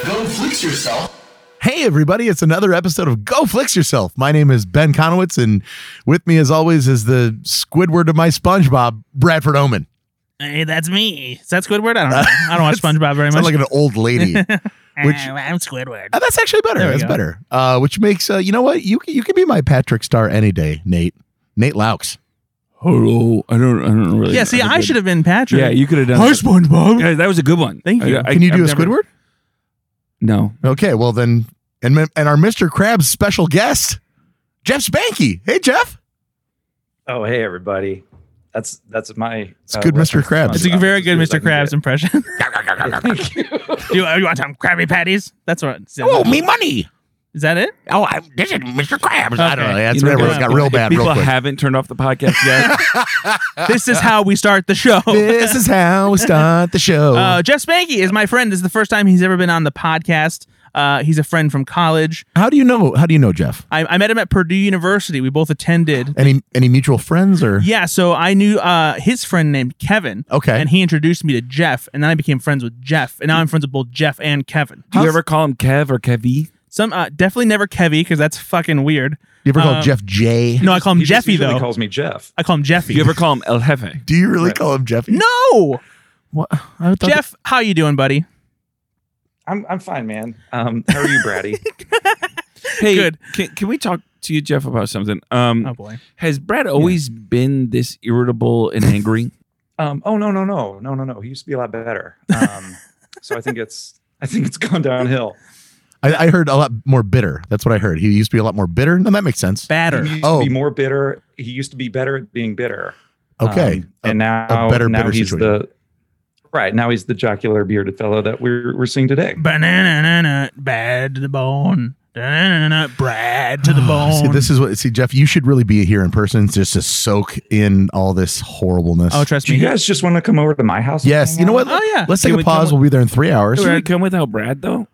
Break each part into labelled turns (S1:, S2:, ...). S1: Fix Yourself.
S2: Hey, everybody, it's another episode of Go Flix Yourself. My name is Ben Conowitz, and with me, as always, is the Squidward of my SpongeBob, Bradford Oman.
S3: Hey, that's me. Is that Squidward? I don't know. I don't watch SpongeBob very much.
S2: Sound like an old lady. Uh, which-
S3: Ah, I'm Squidward.
S2: that's actually better.
S3: There we
S2: That's
S3: go.
S2: better. Uh, which makes, uh, you know what? You, can- you can be my Patrick Star any day, Nate. Nate Laux.
S4: Hello. Oh, I don't. I don't really.
S3: yeah, see, I should have been Patrick.
S4: Yeah, you could have done. that.
S2: SpongeBob.
S4: Yeah, that was a good one.
S3: Thank you.
S4: I- I-
S2: Can you do
S4: I've
S2: a
S4: never-
S2: Squidward?
S4: No.
S2: Okay, well, then, and, and our Mr. Krabs special guest, Jeff Spanky. Hey, Jeff.
S5: Oh, hey everybody. That's that's my. uh,
S2: It's good Mr.
S5: reference to
S2: Krabs.
S3: it's a
S5: SpongeBob.
S3: very
S5: It's
S3: good
S5: as I
S3: Mr.
S5: can
S3: Krabs
S5: get.
S3: impression.
S5: Thank you.
S3: do you, you want some Krabby Patties? That's what. Is that,
S2: Oh, money.
S3: is that it?
S2: Oh, I, this is Mr. Krabs. I don't
S3: Okay.
S2: know. That's
S4: You know,
S2: whatever.
S4: if
S2: It got
S4: people-
S2: real
S4: if
S2: bad
S4: People
S2: real quick.
S4: haven't turned off the podcast yet.
S3: This is how we start the show.
S2: this is how we start the show.
S3: Uh, Jeff Spanky is my friend. This is the first time he's ever been on the podcast. Uh, he's a friend from college.
S2: how do you know? How do you know Jeff?
S3: I, I met him at Purdue University. We both attended.
S2: Any any mutual friends or?
S3: Yeah, so I knew uh, his friend named Kevin.
S2: Okay.
S3: And he introduced me to Jeff, and then I became friends with Jeff, and now I'm friends with both Jeff and Kevin.
S4: do you ever call him Kev or Kevy?
S3: Some uh, definitely never Kevy because that's fucking weird.
S2: you ever call
S3: uh,
S2: Jeff J?
S3: No, I call him
S5: He just
S3: Jeffy
S5: usually
S3: though.
S5: calls me Jeff.
S3: I call him Jeffy.
S4: Do you ever call him El Jefe?
S2: Do you really call him Jeffy?
S3: no,
S2: What? I thought-
S3: Jeff, how you doing, buddy?
S5: I'm I'm fine, man. Um, how are you, Braddy?
S4: Hey,
S3: Good.
S4: Can, can we talk to you, Jeff, about something? Um,
S3: Oh boy,
S4: Has Brad always been this irritable and angry?
S5: um, oh no no no no no no. He used to be a lot better. Um, so I think it's I think it's gone downhill.
S2: I, I heard a lot more bitter. That's what I heard. He used to be a lot more bitter. No, that makes sense.
S3: batter.
S5: He used
S2: Oh.
S5: to be more bitter. He used to be better at being bitter.
S2: Okay.
S5: Um, and now
S2: better
S5: now
S2: bitter
S5: he's
S2: situation.
S5: the right now he's the jocular bearded fellow that we're we're seeing today.
S3: Banana, bad to the bone. Da-na-na-na, Brad to the bone.
S2: Uh, Oh, See, this is what. See, Jeff, you should really be here in person just to soak in all this horribleness.
S3: oh, trust
S5: Do you
S3: me.
S5: guys just want to come over to my house? and
S2: yes.
S5: hang
S2: You know
S5: out?
S2: what?
S3: Oh yeah.
S2: Let's take
S4: Can
S2: a
S4: we come
S2: pause.
S4: with-
S2: We'll be there in three hours.
S4: Should we come without Brad though?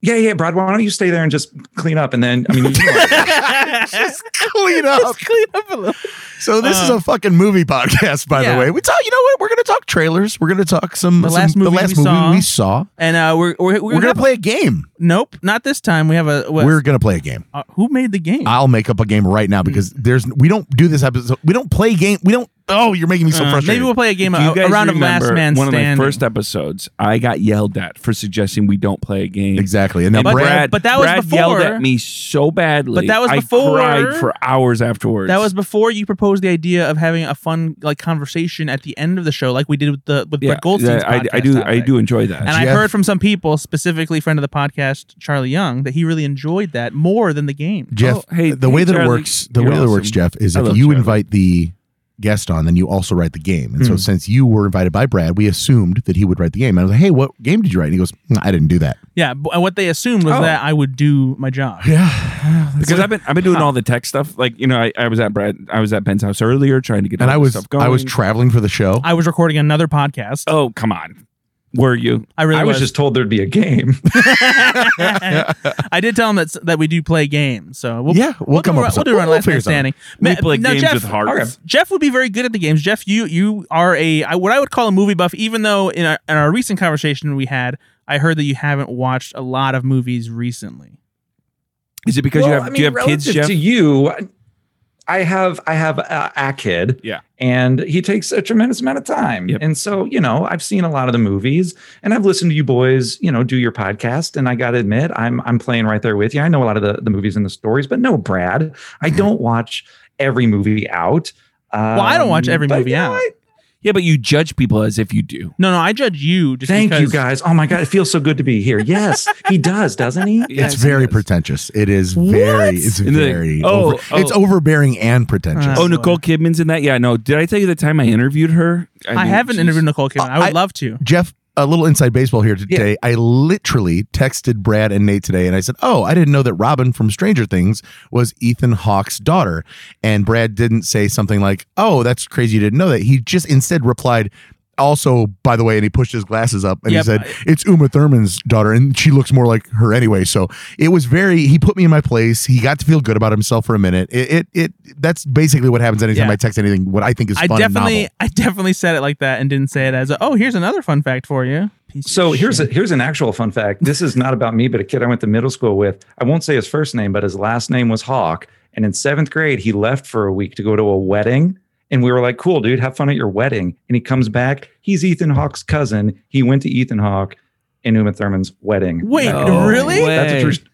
S5: Yeah, yeah, Brad. Why don't you stay there and just clean up, and then I mean, you know,
S3: Just
S2: Clean up.
S3: clean up a little.
S2: So this is
S3: Uh,
S2: a fucking movie podcast, by the
S3: yeah.
S2: way. We talk. You know what? We're gonna talk trailers. We're gonna talk some
S3: The
S2: some-
S3: last movie
S2: the last
S3: we
S2: movie
S3: saw.
S2: we saw.
S3: And uh, we're we're,
S2: We're, gonna play a game.
S3: Nope, not this time. We have a. what-
S2: We're gonna play a game.
S3: uh, who made the game?
S2: I'll make up a game right now because there's we don't do this episode. We don't play game. We don't. Oh, you're making me so
S3: Uh, maybe
S2: frustrated.
S3: we'll play a game
S4: Do
S3: a,
S4: you guys
S3: a round of Last
S4: remember
S3: Man
S4: One
S3: Standing.
S4: of my first episodes, I got yelled at for suggesting we don't play a game.
S2: exactly. And then
S3: But-
S2: Brad,
S3: but that was
S4: Brad
S3: before-
S4: yelled at me so badly.
S3: But that was
S4: I
S3: before-
S4: cried for hours afterwards.
S3: That was before you proposed the idea of having a fun like conversation at the end of the show, like we did with the with
S4: yeah,
S3: Brett Goldstein's
S4: I, I
S3: podcast
S4: do. I
S3: topic.
S4: do enjoy that.
S3: And I
S2: Jeff-
S3: heard from some people, specifically friend of the podcast Charlie Young, that he really enjoyed that more than the game.
S2: Jeff,
S4: Oh, hey,
S2: the way
S4: hey,
S2: that it
S4: Charlie,
S2: works, the way
S4: you're
S2: that it works,
S4: awesome.
S2: Jeff, is
S4: I
S2: if
S4: love
S2: you
S4: Charlie.
S2: invite the guest on, then you also write the game. And so
S4: Hmm.
S2: since you were invited by Brad, we assumed that he would write the game. I was like, hey, what game did you write? And he goes, "Mm, I didn't do that.
S3: Yeah, but what they assumed was
S4: Oh.
S3: that I would do my job.
S2: Yeah,
S4: because I've been I've been doing all the tech stuff. Like you know, I, I was at Brad, I was at Ben's house earlier trying to get all
S2: and I
S4: this
S2: was
S4: stuff going.
S2: I was traveling for the show.
S3: I was recording another podcast.
S4: oh come on, were you?
S3: I really
S5: I was just told there'd be a game.
S3: I did tell him that that we do play games, so we'll,
S2: yeah, we'll, come
S3: do,
S2: up. with
S3: We'll
S2: something.
S3: do around
S2: We'll
S3: last
S2: figure
S3: man
S2: something.
S3: standing.
S4: We
S3: Ma-
S4: play
S3: now,
S4: games
S3: Jeff,
S4: with hearts.
S5: Okay.
S3: Jeff would be very good at the games. Jeff, you you are a I- what I would call a movie buff. Even though in our, in our recent conversation we had, I heard that you haven't watched a lot of movies recently.
S4: Is it because you
S5: Well,
S4: have
S5: I
S4: do you
S5: mean,
S4: have kids,
S5: relative
S4: Jeff?
S5: To you, I have I have a, a kid.
S4: Yeah.
S5: and he takes a tremendous amount of time.
S4: Yep.
S5: And so you know, I've seen a lot of the movies, and I've listened to you boys, you know, do your podcast. And I got to admit, I'm I'm playing right there with you. I know a lot of the the movies and the stories, but no, Brad, I don't watch every movie out. Um, well,
S3: I don't watch every movie out.
S4: yeah, but you judge people as if you do.
S3: No, no, I judge you. Just
S5: Thank you
S3: because-
S5: guys. Oh my god, it feels so good to be here. Yes, he does, doesn't he?
S2: it's
S4: Yes,
S2: very
S4: yes.
S2: pretentious. It is
S3: What?
S2: very. It's
S4: And then-
S2: very.
S4: oh,
S2: over- it's
S4: oh.
S2: overbearing and pretentious.
S3: Uh,
S4: Oh, Nicole Kidman's in that. Yeah, no. Did I tell you the time I interviewed her?
S3: I,
S4: mean,
S3: haven't
S4: she's-
S3: interviewed Nicole Kidman. I would
S2: I-
S3: love to.
S2: Jeff, a little inside baseball here today. I literally texted Brad and Nate today and I said, Oh, I didn't know that Robin from Stranger Things was Ethan Hawke's daughter. And Brad didn't say something like, Oh, that's crazy. You didn't know that. He just instead replied, also, by the way, and he pushed his glasses up and
S3: Yep.
S2: he said, It's Uma Thurman's daughter, and she looks more like her anyway. So it was very he put me in my place. He got to feel good about himself for a minute. It it, it that's basically what happens anytime
S3: Yeah.
S2: I text anything what I think is
S3: I
S2: fun and
S3: definitely,
S2: novel.
S3: I definitely said it like that and didn't say it as, a, oh, here's another fun fact for you. Piece of
S5: So here's a,
S3: shit.
S5: here's an actual fun fact. This is not about me, but a kid I went to middle school with. I won't say his first name, but his last name was Hawk. And in seventh grade, he left for a week to go to a wedding. And we were like, "Cool, dude, have fun at your wedding." And he comes back. He's Ethan Hawke's cousin. He went to Ethan Hawke and Uma Thurman's wedding.
S3: Wait,
S4: No
S3: really?
S4: way.
S5: That's a true.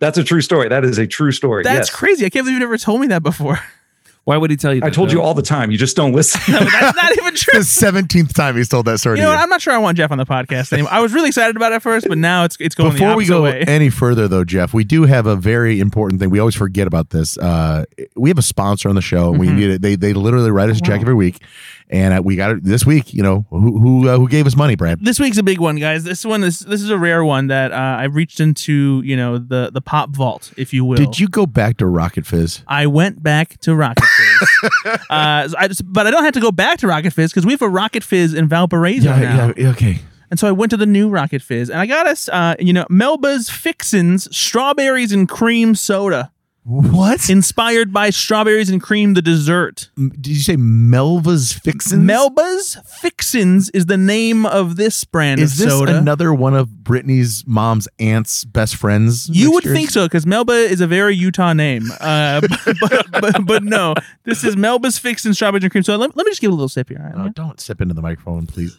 S5: That's a true story. That is a true story.
S3: That's
S5: yes.
S3: crazy. I can't believe you never told me that before.
S4: Why would he tell you?
S5: I
S4: that,
S5: told you
S4: though?
S5: all the time. You just don't listen.
S3: No, that's not even true.
S2: the seventeenth time he's told that story.
S3: You
S2: to
S3: know
S2: you.
S3: what? I'm not sure I want Jeff on the podcast anymore. I was really excited about it at first, but now it's it's going the
S2: Before we
S3: opposite
S2: go
S3: way.
S2: any further, though, Jeff, we do have a very important thing. We always forget about this. Uh, we have a sponsor on the show. and We
S3: Mhm.
S2: need it. They they literally write us a check every week, and uh, we got it this week. You know who who uh, who gave us money, Brad?
S3: this week's a big one, guys. This one is this is a rare one that uh, I reached into, you know, the the pop vault, if you will.
S2: Did you go back to Rocket Fizz?
S3: I went back to Rocket Fizz, uh, so I just, but I don't have to go back to Rocket Fizz because we have a Rocket Fizz in Valparaiso now.
S2: yeah. Okay.
S3: And so I went to the new Rocket Fizz, and I got us, uh, you know, Melba's Fixins strawberries and cream soda,
S2: What
S3: inspired by strawberries and cream, the dessert.
S2: M- did you say? Melva's Fixins.
S3: Melba's Fixins is the name of this brand
S2: Is
S3: of
S2: this
S3: soda.
S2: another one of Brittany's mom's aunt's best friends?
S3: You would
S2: mixtures?
S3: think so because Melba is a very Utah name, uh, but, but, but but no, this is Melba's Fixin strawberries and cream soda. Let, let me just give it a little sip here. all right?
S2: Oh, don't sip into the microphone, please.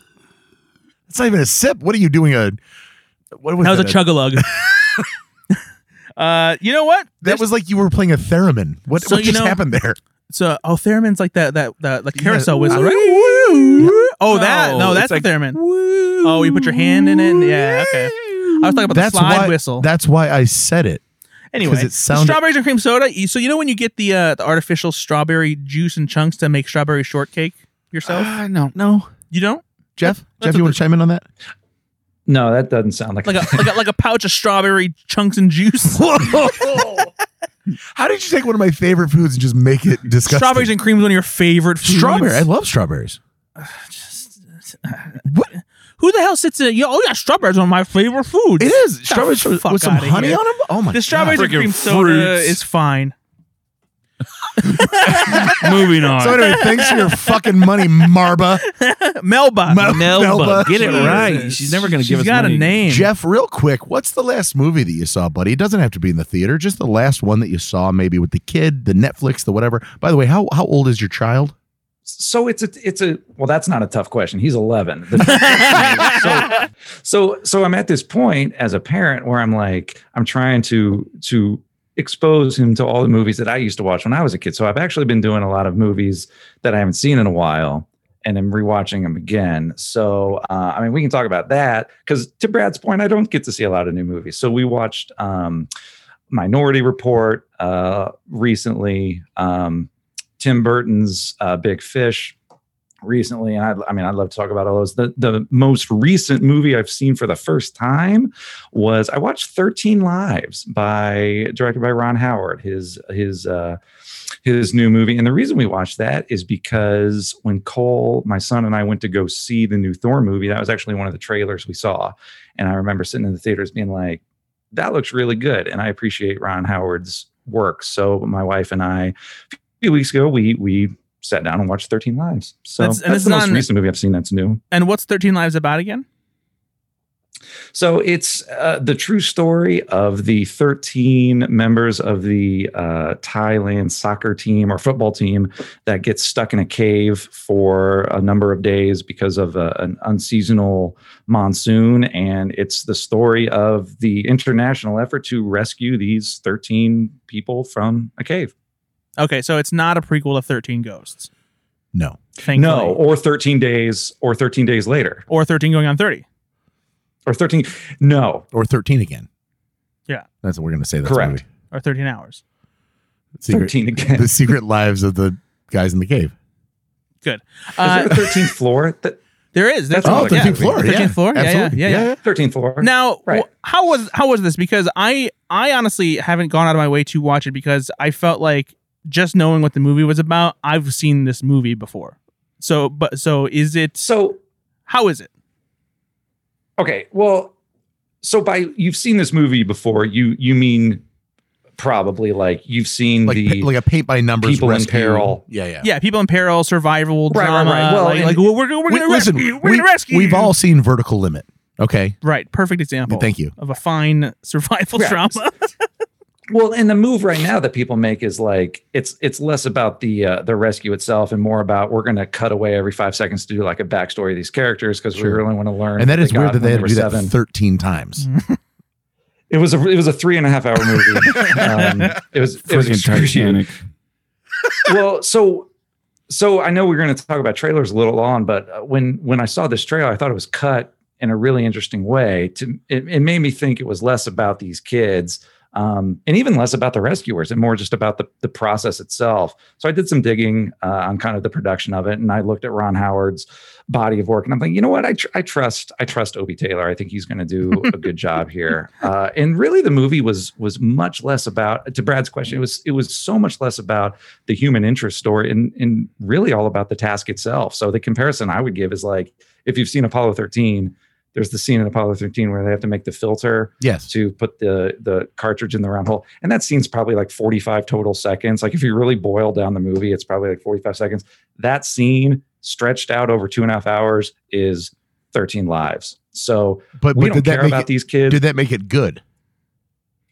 S2: It's not even a sip. What are you doing? A what was
S3: that was a
S2: that?
S3: chug a lug. uh, you know what?
S2: That was like you were playing a theremin. What,
S3: So,
S2: what
S3: you
S2: just
S3: know-
S2: happened there?
S3: So, oh, theremin's like that that that like carousel
S2: Yeah.
S3: whistle, right? Oh, that
S4: No,
S3: no,
S4: it's
S3: that's
S4: like-
S3: the theremin. Oh, you put your hand in it. and- yeah, okay. I was talking about
S2: That's
S3: the slide
S2: why.
S3: whistle.
S2: That's why I said it.
S3: anyway,
S2: 'cause it
S3: the
S2: sounded-
S3: strawberries and cream soda. you- So you know when you get the uh, the artificial strawberry juice and chunks to make strawberry shortcake yourself?
S4: Ah, no.
S2: Uh, No,
S3: You don't?
S2: Jeff. Jeff,
S3: That's
S2: you
S3: what
S2: want to chime in on that?
S5: no, that doesn't sound like.
S3: like a like a, like a pouch of strawberry chunks and juice.
S2: How did you take one of my favorite foods and just make it disgusting?
S3: Strawberries and cream is one of your favorite foods.
S2: strawberry. I love strawberries.
S3: Just- what? Who the hell sits in? Yo, oh yeah, strawberries are one of my favorite foods.
S2: It is strawberries
S3: the
S2: with
S3: fuck
S2: with some
S3: outta
S2: honey
S3: here.
S2: on them. Oh my!
S3: The strawberries
S2: God.
S3: and
S4: Freaking
S3: cream soda
S4: fruits.
S3: is fine.
S4: Moving on.
S2: So anyway, thanks for your fucking money, Marba.
S3: Melba.
S2: Mel-
S4: Melba,
S2: Melba.
S4: get it
S3: Jesus.
S4: right. She's never going to
S3: She's
S4: give us
S3: got
S4: money.
S3: a name.
S2: Jeff, real quick, what's the last movie that you saw, buddy? It doesn't have to be in the theater. Just the last one that you saw, maybe with the kid, the Netflix, the whatever. By the way, how how old is your child?
S5: so it's a it's a well that's not a tough question he's 11 The- so, so so i'm at this point as a parent where i'm like i'm trying to to expose him to all the movies that i used to watch when i was a kid so i've actually been doing a lot of movies that i haven't seen in a while and i'm rewatching them again so uh, i mean we can talk about that because to brad's point i don't get to see a lot of new movies so we watched um minority report uh recently um Tim Burton's uh, Big Fish recently. And I, I mean, I'd love to talk about all those. The, the most recent movie I've seen for the first time was I watched 13 Lives by directed by Ron Howard, his his uh, his new movie. And the reason we watched that is because when Cole, my son, and I went to go see the new Thor movie, that was actually one of the trailers we saw. And I remember sitting in the theaters being like, that looks really good. And I appreciate Ron Howard's work. So my wife and I few weeks ago, we we sat down and watched 13 Lives. So
S3: That's-
S5: that's,
S3: and it's
S5: the
S3: not
S5: most
S3: an-
S5: recent movie I've seen that's new.
S3: And what's Thirteen Lives about again?
S5: So it's uh, the true story of the 13 members of the uh, Thailand soccer team or football team that gets stuck in a cave for a number of days because of a, an unseasonal monsoon. And it's the story of the international effort to rescue these 13 people from a cave.
S3: Okay, so it's not a prequel of Thirteen Ghosts.
S2: No.
S3: Thankfully.
S5: No, or 13 days or 13 days later
S3: Or Thirteen going on Thirty.
S5: or 13. No,
S2: Or 13 again.
S3: Yeah.
S2: That's what we're going to say. That's
S5: Correct.
S2: Movie.
S3: Or Thirteen Hours.
S2: Secret,
S5: 13 again.
S2: the secret lives of the guys in the cave.
S3: Uh,
S5: Is there a 13th floor? Th-
S3: there is. There's
S5: That's
S3: one.
S5: all
S2: Oh,
S5: like
S2: 13th
S5: that.
S2: floor. yeah.
S3: 13th floor? Yeah, yeah,
S2: Absolutely.
S3: yeah, yeah.
S5: 13th floor.
S3: Now,
S5: Right.
S3: wh- how was how was this? Because I I honestly haven't gone out of my way to watch it because I felt like just knowing what the movie was about, I've seen this movie before. So, but so is it?
S5: So
S3: How is it?
S5: Okay, well, so by you've seen this movie before, you you mean probably like you've seen
S2: Like
S5: the
S2: pa- like a paint by numbers
S5: people in
S2: rescue.
S5: peril.
S2: Yeah, yeah.
S3: Yeah, people in peril, survival,
S5: Right, right,
S3: drama.
S5: right. Well,
S3: like,
S5: and-
S3: like, well, we're, we're
S2: We-
S3: going to
S2: listen,
S3: rescue you. We're
S2: we-
S3: going to rescue
S2: We've
S3: you.
S2: all seen Vertical Limit. Okay,
S3: Right, perfect example
S2: thank you.
S3: of a fine survival
S5: Yeah.
S3: drama.
S5: well, and the move right now that people make is like it's it's less about the uh, the rescue itself and more about we're going to cut away every five seconds to do like a backstory of these characters because we
S2: Sure.
S5: really want to learn.
S2: And that
S5: what
S2: is
S5: they
S2: weird
S5: got
S2: that they
S5: when
S2: had to
S5: were
S2: do that 13 times.
S3: Mm.
S5: It was a it was a three and a half hour movie. um, it was it was
S4: Freaking
S5: excruciating.
S4: Titanic.
S5: well, so so I know we're going to talk about trailers a little on, but uh, when when I saw this trailer, I thought it was cut in a really interesting way. To it, it made me think it was less about these kids, um, and even less about the rescuers, and more just about the the process itself. So I did some digging uh, on kind of the production of it, and I looked at Ron Howard's body of work, and I'm like, you know what, I tr- I trust I trust Obie Taylor. I think he's going to do a good job here. Uh, and really, the movie was was much less about to Brad's question. It was it was so much less about the human interest story and and really all about the task itself. So the comparison I would give is like if you've seen Apollo 13, there's the scene in Apollo 13 where they have to make the filter
S2: Yes.
S5: to put the the cartridge in the round hole. And that scene's probably like 45 total seconds. Like if you really boil down the movie, it's probably like 45 seconds. That scene stretched out over two and a half hours is 13 lives. So
S2: But,
S5: we
S2: but
S5: don't
S2: did
S5: care
S2: that make
S5: about
S2: it,
S5: these kids.
S2: did that make it good?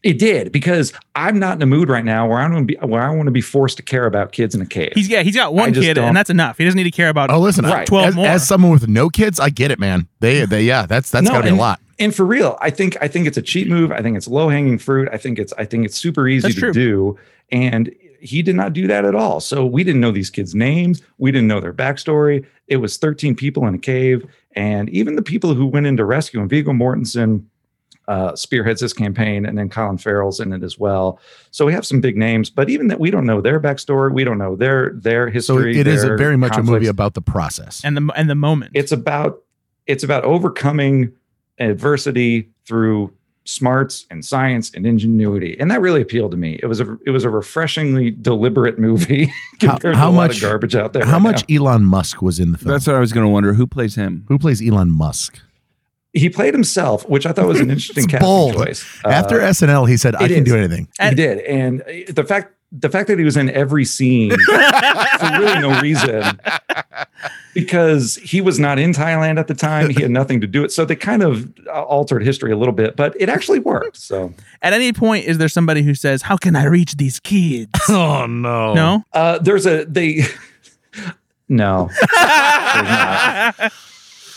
S5: it did because I'm not in a mood right now where I'm gonna be where I want to be forced to care about kids in a cave.
S3: He's yeah, he's got one
S5: I just
S3: kid,
S5: don't-
S3: and that's enough. He doesn't need to care about.
S2: Oh, listen, I-
S5: Right.
S3: 12
S2: as,
S3: more.
S2: as someone with no kids, I get it, man. They, they yeah, that's that's
S5: No,
S2: got to be
S5: and-
S2: a lot.
S5: and for real, I think I think it's a cheap move. I think it's low hanging fruit. I think it's I think it's super easy
S3: That's
S5: to
S3: true.
S5: do. And he did not do that at all. So we didn't know these kids' names. We didn't know their backstory. It was 13 people in a cave, and even the people who went into rescue and Viggo Mortensen. Uh, spearheads this campaign, and then Colin Farrell's in it as well. So we have some big names, but even that we don't know their backstory, we don't know their their
S2: So
S5: history.
S2: it is
S5: their
S2: a very much a
S5: conflicts
S2: movie about the process.
S3: and the and the moment.
S5: it's about it's about overcoming adversity through smarts and science and ingenuity and that really appealed to me it was a it was a refreshingly deliberate movie
S2: How-
S5: compared
S2: how
S5: to a lot
S2: much-
S5: of garbage out there
S2: How
S5: right
S2: much
S5: now.
S2: Elon Musk was in the film?
S4: That's what I was going to wonder. Who plays him?
S2: Who plays Elon Musk?
S5: he played himself which i thought was an interesting
S2: It's
S5: casting
S2: bold.
S5: choice
S2: After
S5: Uh,
S2: SNL, he said, "I
S5: it
S2: can
S5: is.
S2: do anything."
S5: he did and uh, the fact the fact that he was in every scene for really no reason because he was not in Thailand at the time. He had nothing to do it. So they kind of uh, altered history a little bit, but it actually worked. So,
S3: At any point, is there somebody who says, "How can I reach these kids?"
S2: Oh no!
S3: No.
S5: uh, there's a, they, no,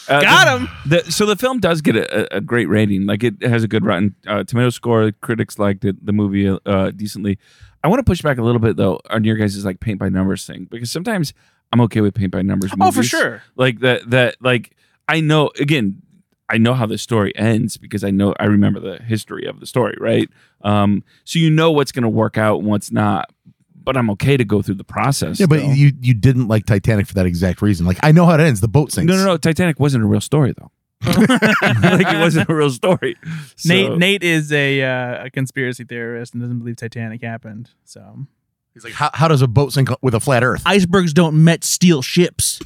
S4: Uh,
S3: Got
S4: the-
S3: him.
S4: the- so the film does get a, a- a great rating. Like it has a good Rotten uh, Tomato score. Critics liked it, the movie uh, decently. I want to push back a little bit though on your guys' like paint by numbers thing because sometimes I'm okay with paint by numbers.
S3: Oh, for
S4: movies.
S3: sure.
S4: Like that. That like I know again. I know how the story ends because I know I remember the history of the story, right? Um, so you know what's going to work out and what's not. But I'm okay to go through the process.
S2: Yeah, but
S4: though.
S2: you you didn't like Titanic for that exact reason. Like I know how it ends. The boat sinks.
S4: No, no, no. Titanic wasn't a real story though. like it wasn't a real story. So-
S3: Nate Nate is a uh, a conspiracy theorist and doesn't believe Titanic happened. So
S2: He's like, how, how does a boat sink with a flat Earth?
S3: icebergs don't met steel ships.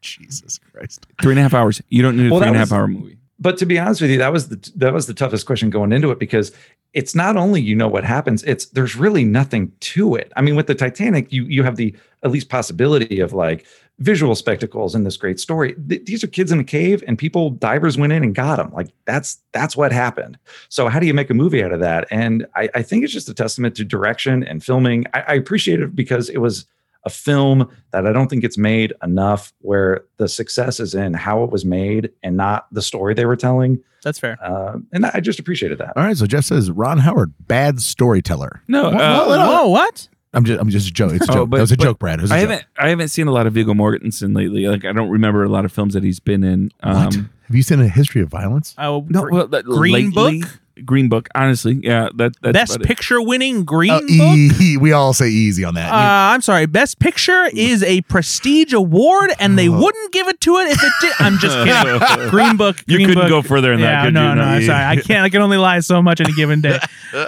S2: Jesus Christ!
S4: three and a half hours. You don't need a
S5: Well,
S4: three
S5: that
S4: and a half
S5: was-
S4: hour movie.
S5: but to be honest with you, that was the, that was the toughest question going into it because it's not only, you know, what happens, it's, there's really nothing to it. I mean, with the Titanic, you, you have the, at least possibility of like visual spectacles in this great story. Th- these are kids in a cave and people divers went in and got them. Like that's that's what happened. So how do you make a movie out of that? And I, I think it's just a testament to direction and filming. I, I appreciate it because it was a film that I don't think it's made enough where the success is in how it was made and not the story they were telling.
S3: That's fair.
S5: Uh, and I just appreciated that.
S2: All right, so Jeff says Ron Howard, bad storyteller.
S4: No,
S2: Well,
S4: uh,
S2: well, it-
S3: Whoa, what?
S2: I'm just I'm just a joke. It's a
S4: Oh,
S2: joke.
S4: but-
S2: that was a
S4: but
S2: joke, Brad. It was a
S4: I
S2: joke.
S4: haven't. I haven't seen a lot of Viggo Mortensen lately. Like I don't remember a lot of films that he's been in.
S2: What? Have you seen a history of violence?
S3: Oh,
S4: No,
S3: gr-
S4: well, that-
S3: Green
S4: lately-
S3: Book?
S4: Green Book. Honestly, yeah, that that's
S3: best
S4: about it. Oh,
S3: picture winning Green
S2: Uh,
S3: Book.
S2: e- we all say easy on that.
S3: Uh, I'm sorry. Best Picture is a prestige award, and
S4: Oh.
S3: they wouldn't give it to it if it did. I'm just kidding. Green Book.
S4: You
S3: Green
S4: couldn't
S3: Book.
S4: go further than that.
S3: yeah,
S4: could
S3: no,
S4: you?
S3: no, I'm sorry.
S2: e-
S3: I can't. I can only lie so much in a given day.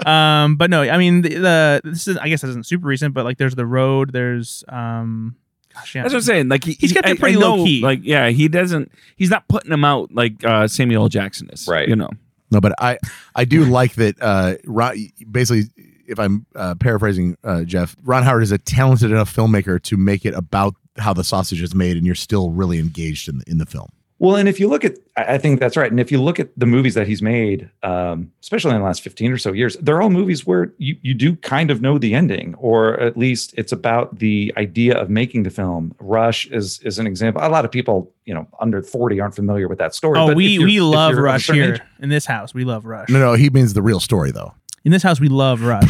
S3: um, but no, I mean the, the this is I guess this isn't super recent, but like there's the road. There's um, gosh, yeah.
S4: That's what I'm saying. Like he,
S3: He's kept
S4: he-
S3: it pretty
S4: I know,
S3: low key.
S4: Like yeah, he doesn't. He's not putting them out like uh, Samuel L. Jackson is.
S5: Right.
S4: You know.
S2: No, but I I do like that. Uh, Ron, basically, if I'm uh, paraphrasing uh, Jeff, Ron Howard is a talented enough filmmaker to make it about how the sausage is made, and you're still really engaged in the, in the film.
S5: Well, and if you look at, I I think that's right. And if you look at the movies that he's made, um, especially in the last 15 or so years, they're all movies where you, you do kind of know the ending, or at least it's about the idea of making the film. Rush is is an example. A lot of people, you know, under 40 aren't familiar with that story.
S3: Oh,
S5: but if
S3: we
S5: you're-
S3: we
S5: if
S3: love
S5: you're of a
S3: Rush
S5: certain
S3: here
S5: age-
S3: in this house. We love Rush
S2: No, no, he means the real story though.
S3: in this house. We love Rush.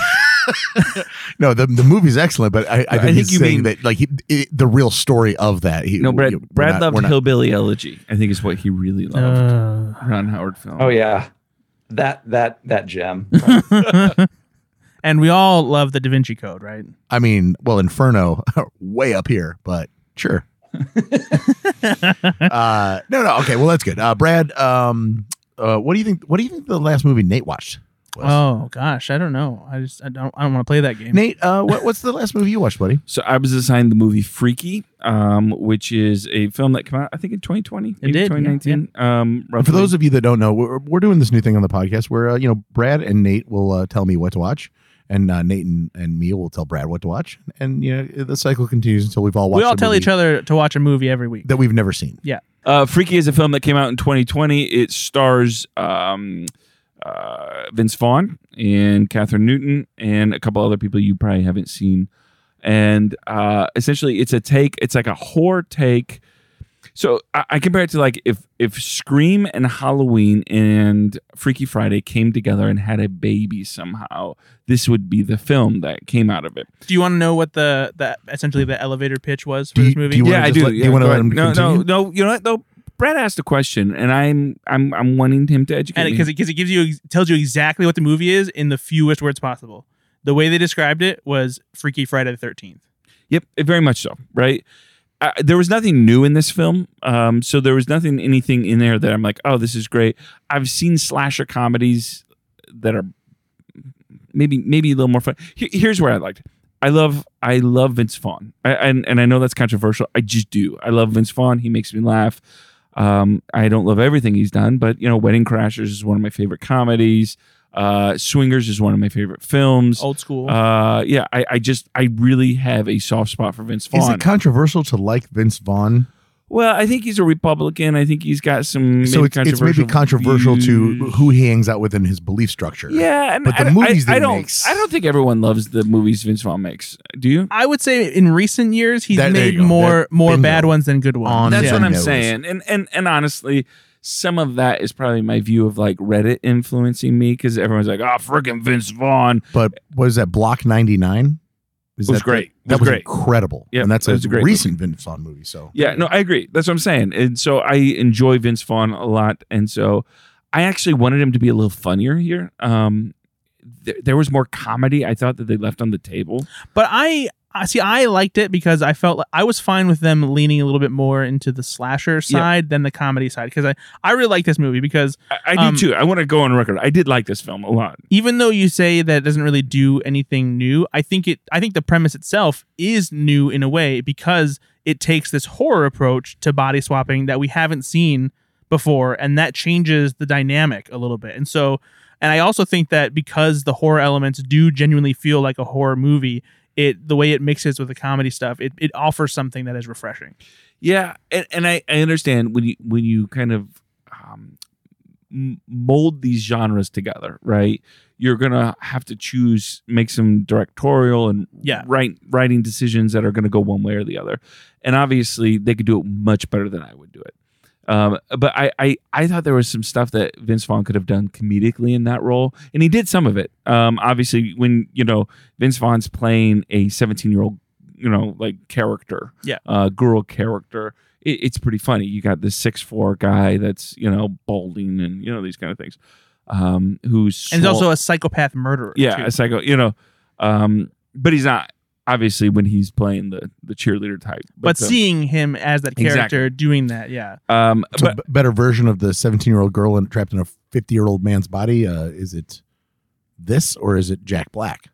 S2: No, the the movie's excellent, but I, I think
S4: think
S2: he's
S4: you
S2: saying
S4: mean-
S2: that like he, it, the real story of that. He,
S4: No, Brad.
S2: we're
S4: Brad
S2: not-
S4: loved
S2: we're not-
S4: Hillbilly Elegy. I think is what he really loved.
S3: Uh,
S4: Ron Howard film.
S5: Oh, yeah. That, that, that gem.
S3: and we all love the Da Vinci Code, right?
S2: I mean, well, Inferno, way up here, but sure. uh, no, no, okay, well that's good. Uh, Brad, um, uh, what do you think? What do you think the last movie Nate watched? was?
S3: Oh gosh, I don't know. I just I don't I don't want to play that game.
S2: Nate, uh, what, what's the last movie you watched, buddy?
S4: So I was assigned the movie Freaky, um, which is a film that came out I think in 2020, maybe
S3: did, yeah,
S4: 2019. Um,
S2: And for
S4: roughly.
S2: those of you that don't know, we're, we're doing this new thing on the podcast where uh, you know Brad and Nate will uh, tell me what to watch, and uh, Nate and, and me will tell Brad what to watch, and you know the cycle continues until we've all watched.
S3: we all
S2: a
S3: tell
S2: movie
S3: each other to watch a movie every week.
S2: that we've never seen.
S4: Uh, Freaky is a film that came out in 2020. It stars um, uh, Vince Vaughn and Catherine Newton and a couple other people you probably haven't seen. And uh, essentially, it's a take. It's like a horror take. So I, I compare it to like if if Scream and Halloween and Freaky Friday came together and had a baby somehow, this would be the film that came out of it.
S3: Do you want to know what the the essentially the elevator pitch was for
S2: Do you-
S3: this movie?
S2: do you wanna
S4: yeah, I
S2: just
S4: do.
S2: let- do you
S4: Yeah,
S2: wanna
S4: go
S2: let
S4: ahead.
S2: him
S4: no,
S2: continue?
S4: no, no. You know what though? Brad asked a question, and I'm I'm I'm wanting him to educate
S3: and
S4: me.
S3: because it, cause it gives you ex- tells you exactly what the movie is in the fewest words possible. The way they described it was Freaky Friday the Thirteenth.
S4: Yep, very much so. Right. Uh, there was nothing new in this film, um, so there was nothing anything in there that I'm like, oh, this is great. I've seen slasher comedies that are maybe maybe a little more fun. Here- here's where I liked. it. I love I love Vince Vaughn, I, and and I know that's controversial. I just do. I love Vince Vaughn. He makes me laugh. Um, I don't love everything he's done, but you know, Wedding Crashers is one of my favorite comedies. Uh, Swingers is one of my favorite films.
S3: Old school.
S4: Uh, yeah, I, I just I really have a soft spot for Vince
S2: Is
S4: Vaughn.
S2: it controversial to like Vince Vaughn?
S4: well, I think he's a Republican. I think he's got some
S2: so it's, it's maybe controversial to
S4: views.
S2: who he hangs out with in his belief structure.
S4: Yeah, and
S2: But the
S4: I,
S2: movies that
S4: I, I
S2: he
S4: don't
S2: makes-
S4: I don't think everyone loves the movies Vince Vaughn makes. Do you?
S3: I would say in recent years he's
S2: That- there you
S3: made
S2: go.
S3: more
S2: That-
S3: more
S2: bingo.
S3: bad ones than good ones.
S2: On
S4: That's
S2: Yeah.
S4: what I'm
S2: Knows.
S4: saying. And and and honestly, some of that is probably my view of like Reddit influencing me because everyone's like, oh, freaking Vince Vaughn.
S2: But what is that? Block ninety nine. Is
S4: It was
S2: that-
S4: great. It
S2: That
S4: was
S2: was
S4: great.
S2: incredible.
S4: Yeah,
S2: and that's
S4: it
S2: a,
S4: was a great Uh,
S2: recent Vince Vaughn movie. So
S4: Yeah, no, I agree. That's what I'm saying. And so I enjoy Vince Vaughn a lot. And so I actually wanted him to be a little funnier here. Um, th- there was more comedy I thought that they left on the table.
S3: But I, I see. I liked it because I felt like I was fine with them leaning a little bit more into the slasher side than the comedy side because I, I really like this movie because
S4: I, I do
S3: Um,
S4: too. I want to go on record. I did like this film a lot.
S3: even though you say that it doesn't really do anything new, I think it I think the premise itself is new in a way because it takes this horror approach to body swapping that we haven't seen before and that changes the dynamic a little bit. And so and I also think that because the horror elements do genuinely feel like a horror movie, it the way it mixes with the comedy stuff, it, it offers something that is refreshing.
S4: Yeah, and, and I, I understand when you when you kind of um, m- mold these genres together, right? You're gonna have to choose, make some directorial and
S3: Yeah.
S4: write, writing decisions that are gonna go one way or the other. And obviously, they could do it much better than I would do it. Um, but I, I I thought there was some stuff that Vince Vaughn could have done comedically in that role, and he did some of it. Um, obviously, when you know Vince Vaughn's playing a 17 year old, you know, like character,
S3: Yeah.
S4: uh, girl character, it, it's pretty funny. You got this six four guy that's you know balding and you know these kind of things, um, who's
S3: And he's
S4: swole-
S3: also a psychopath murderer.
S4: yeah
S3: too.
S4: a psycho, you know, um, but he's not obviously when he's playing the the cheerleader type,
S3: But
S4: uh,
S3: seeing him as that character
S4: Exactly.
S3: doing that, yeah.
S4: um,
S2: it's a
S4: but
S2: b- better version of the seventeen year old girl in, trapped in a fifty year old man's body. Uh, is it this or is it Jack Black?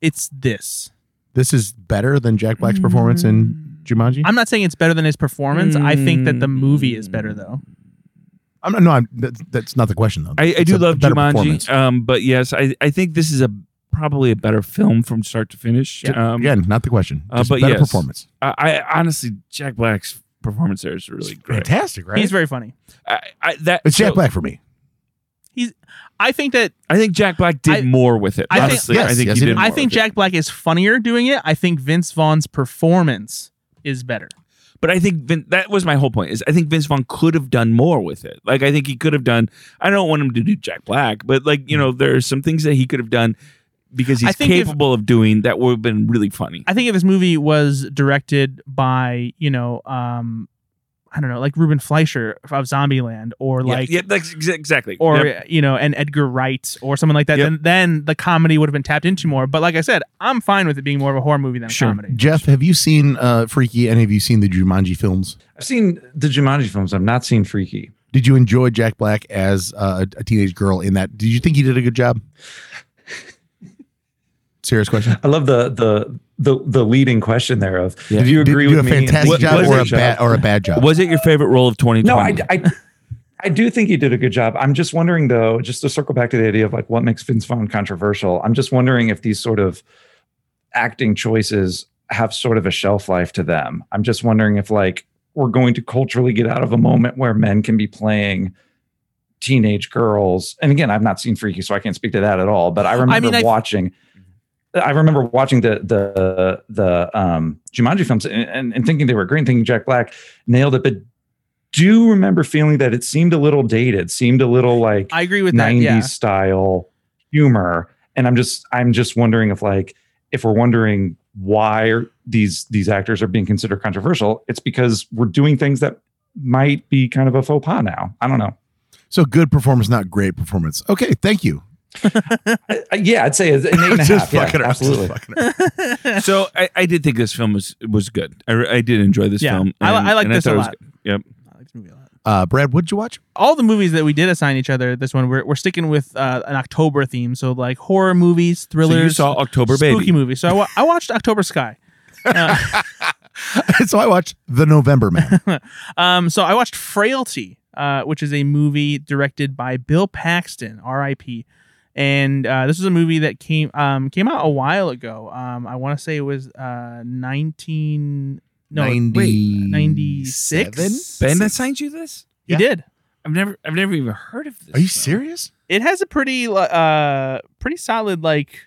S3: It's this.
S2: This is better than Jack Black's performance in
S4: Mm.
S2: Jumanji.
S3: I'm not saying it's better than his performance. I think that the movie is
S4: Mm.
S3: better though.
S2: I'm, no, I'm, that's, that's not the question though.
S4: Mm. I, I
S2: It's
S4: do
S2: a
S4: love
S2: better performance.
S4: Jumanji, um, but yes, I, I think this is a probably a better film from start to finish. Um,
S2: Again, not the question.
S4: uh,
S2: Just
S4: but
S2: better
S4: yes.
S2: performance.
S4: I, I honestly Jack Black's performance there is really
S2: It's
S4: great.
S2: fantastic, right?
S3: He's very funny.
S4: I, I, that
S2: it's Jack
S4: so
S2: Black for me.
S3: I think that
S4: I think Jack Black did
S3: I-
S4: more with it.
S3: I think-
S4: honestly,
S2: Yes,
S4: I think
S2: yes,
S4: he
S2: he
S4: did.
S2: did.
S4: more
S3: I think
S4: with it.
S3: Jack Black is funnier doing it. I think Vince Vaughn's performance is better.
S4: But I think Vin, that was my whole point. Is I think Vince Vaughn could have done more with it. Like I think he could have done. I don't want him to do Jack Black, but like you know, there are some things that he could have done because
S3: Mm. I
S4: he's
S3: think if-
S4: capable of doing that would have been really funny.
S3: I think if this movie was directed by, you know, um, I don't know, like Ruben Fleischer of Zombieland or like
S4: yeah, yeah, that's ex- exactly.
S3: or
S4: Yep.
S3: you know, and Edgar Wright or someone like that,
S4: Yep.
S3: then then the comedy would have been tapped into more. But like I said, I'm fine with it being more of a horror movie than a
S4: Sure.
S3: comedy.
S2: Jeff, have you seen uh, Freaky? And have you seen the Jumanji films?
S5: I've seen the Jumanji films. I've not seen Freaky.
S2: Did you enjoy Jack Black as uh, a teenage girl in that? Did you think he did a good job? Serious question.
S5: I love the the the the leading question there of
S4: Yeah.
S5: Do you
S2: Did-
S5: agree
S2: did
S5: with
S2: a
S5: me? and
S2: fantastic
S5: think he
S2: job
S5: did
S2: or a
S5: good
S2: bad or a bad job?
S4: Was it your favorite role of 2020?
S5: No, I, I I do think he did a good job. I'm just wondering though, just to circle back to the idea of like what makes Vince Vaughn controversial. I'm just wondering if these sort of acting choices have sort of a shelf life to them. I'm just wondering if like we're going to culturally get out of a moment where men can be playing teenage girls. And again, I've not seen Freaky, so I can't speak to that at all. But I remember
S3: mean, I-
S5: watching. I remember watching the the the um, Jumanji films and, and, and thinking they were great, thinking Jack Black nailed it. But do remember feeling that it seemed a little dated, seemed a little like
S3: I agree with that.
S5: 90s
S3: Yeah.
S5: style humor and i'm just i'm just wondering if like if we're wondering why these these actors are being considered controversial it's because we're doing things that might be kind of a faux pas now i don't know
S2: so good performance, not great performance. Okay, thank you.
S5: I- I- Uh, yeah i'd say it's an eight and a
S2: Just
S5: half yeah,
S2: fucking around, just
S5: absolutely
S2: fucking around.
S4: so I, I did think this film was was good. I, I did enjoy this
S3: Yeah.
S4: film.
S3: I li- I like this
S4: thought
S3: a
S4: it was
S3: lot.
S4: good. Yep.
S3: I like this movie a lot.
S2: Uh, Brad, what'd you watch?
S3: all the movies that we did assign each other this one we're, we're sticking with uh, an october theme so like horror movies
S4: So you
S3: thrillers
S4: saw October
S3: spooky
S4: Baby.
S3: movies so I, wa- I watched october sky
S2: so I watched The November Man.
S3: um, so i watched frailty uh, which is a movie directed by bill paxton rip and uh, this is a movie that came um, came out a while ago um, i want to say it was uh, 19 no wait 96
S4: Ben assigned you this?
S3: you
S2: Yeah.
S3: did
S4: I've never I've never even heard of this.
S2: Are you
S4: film.
S2: serious?
S3: it has a pretty li- uh pretty solid like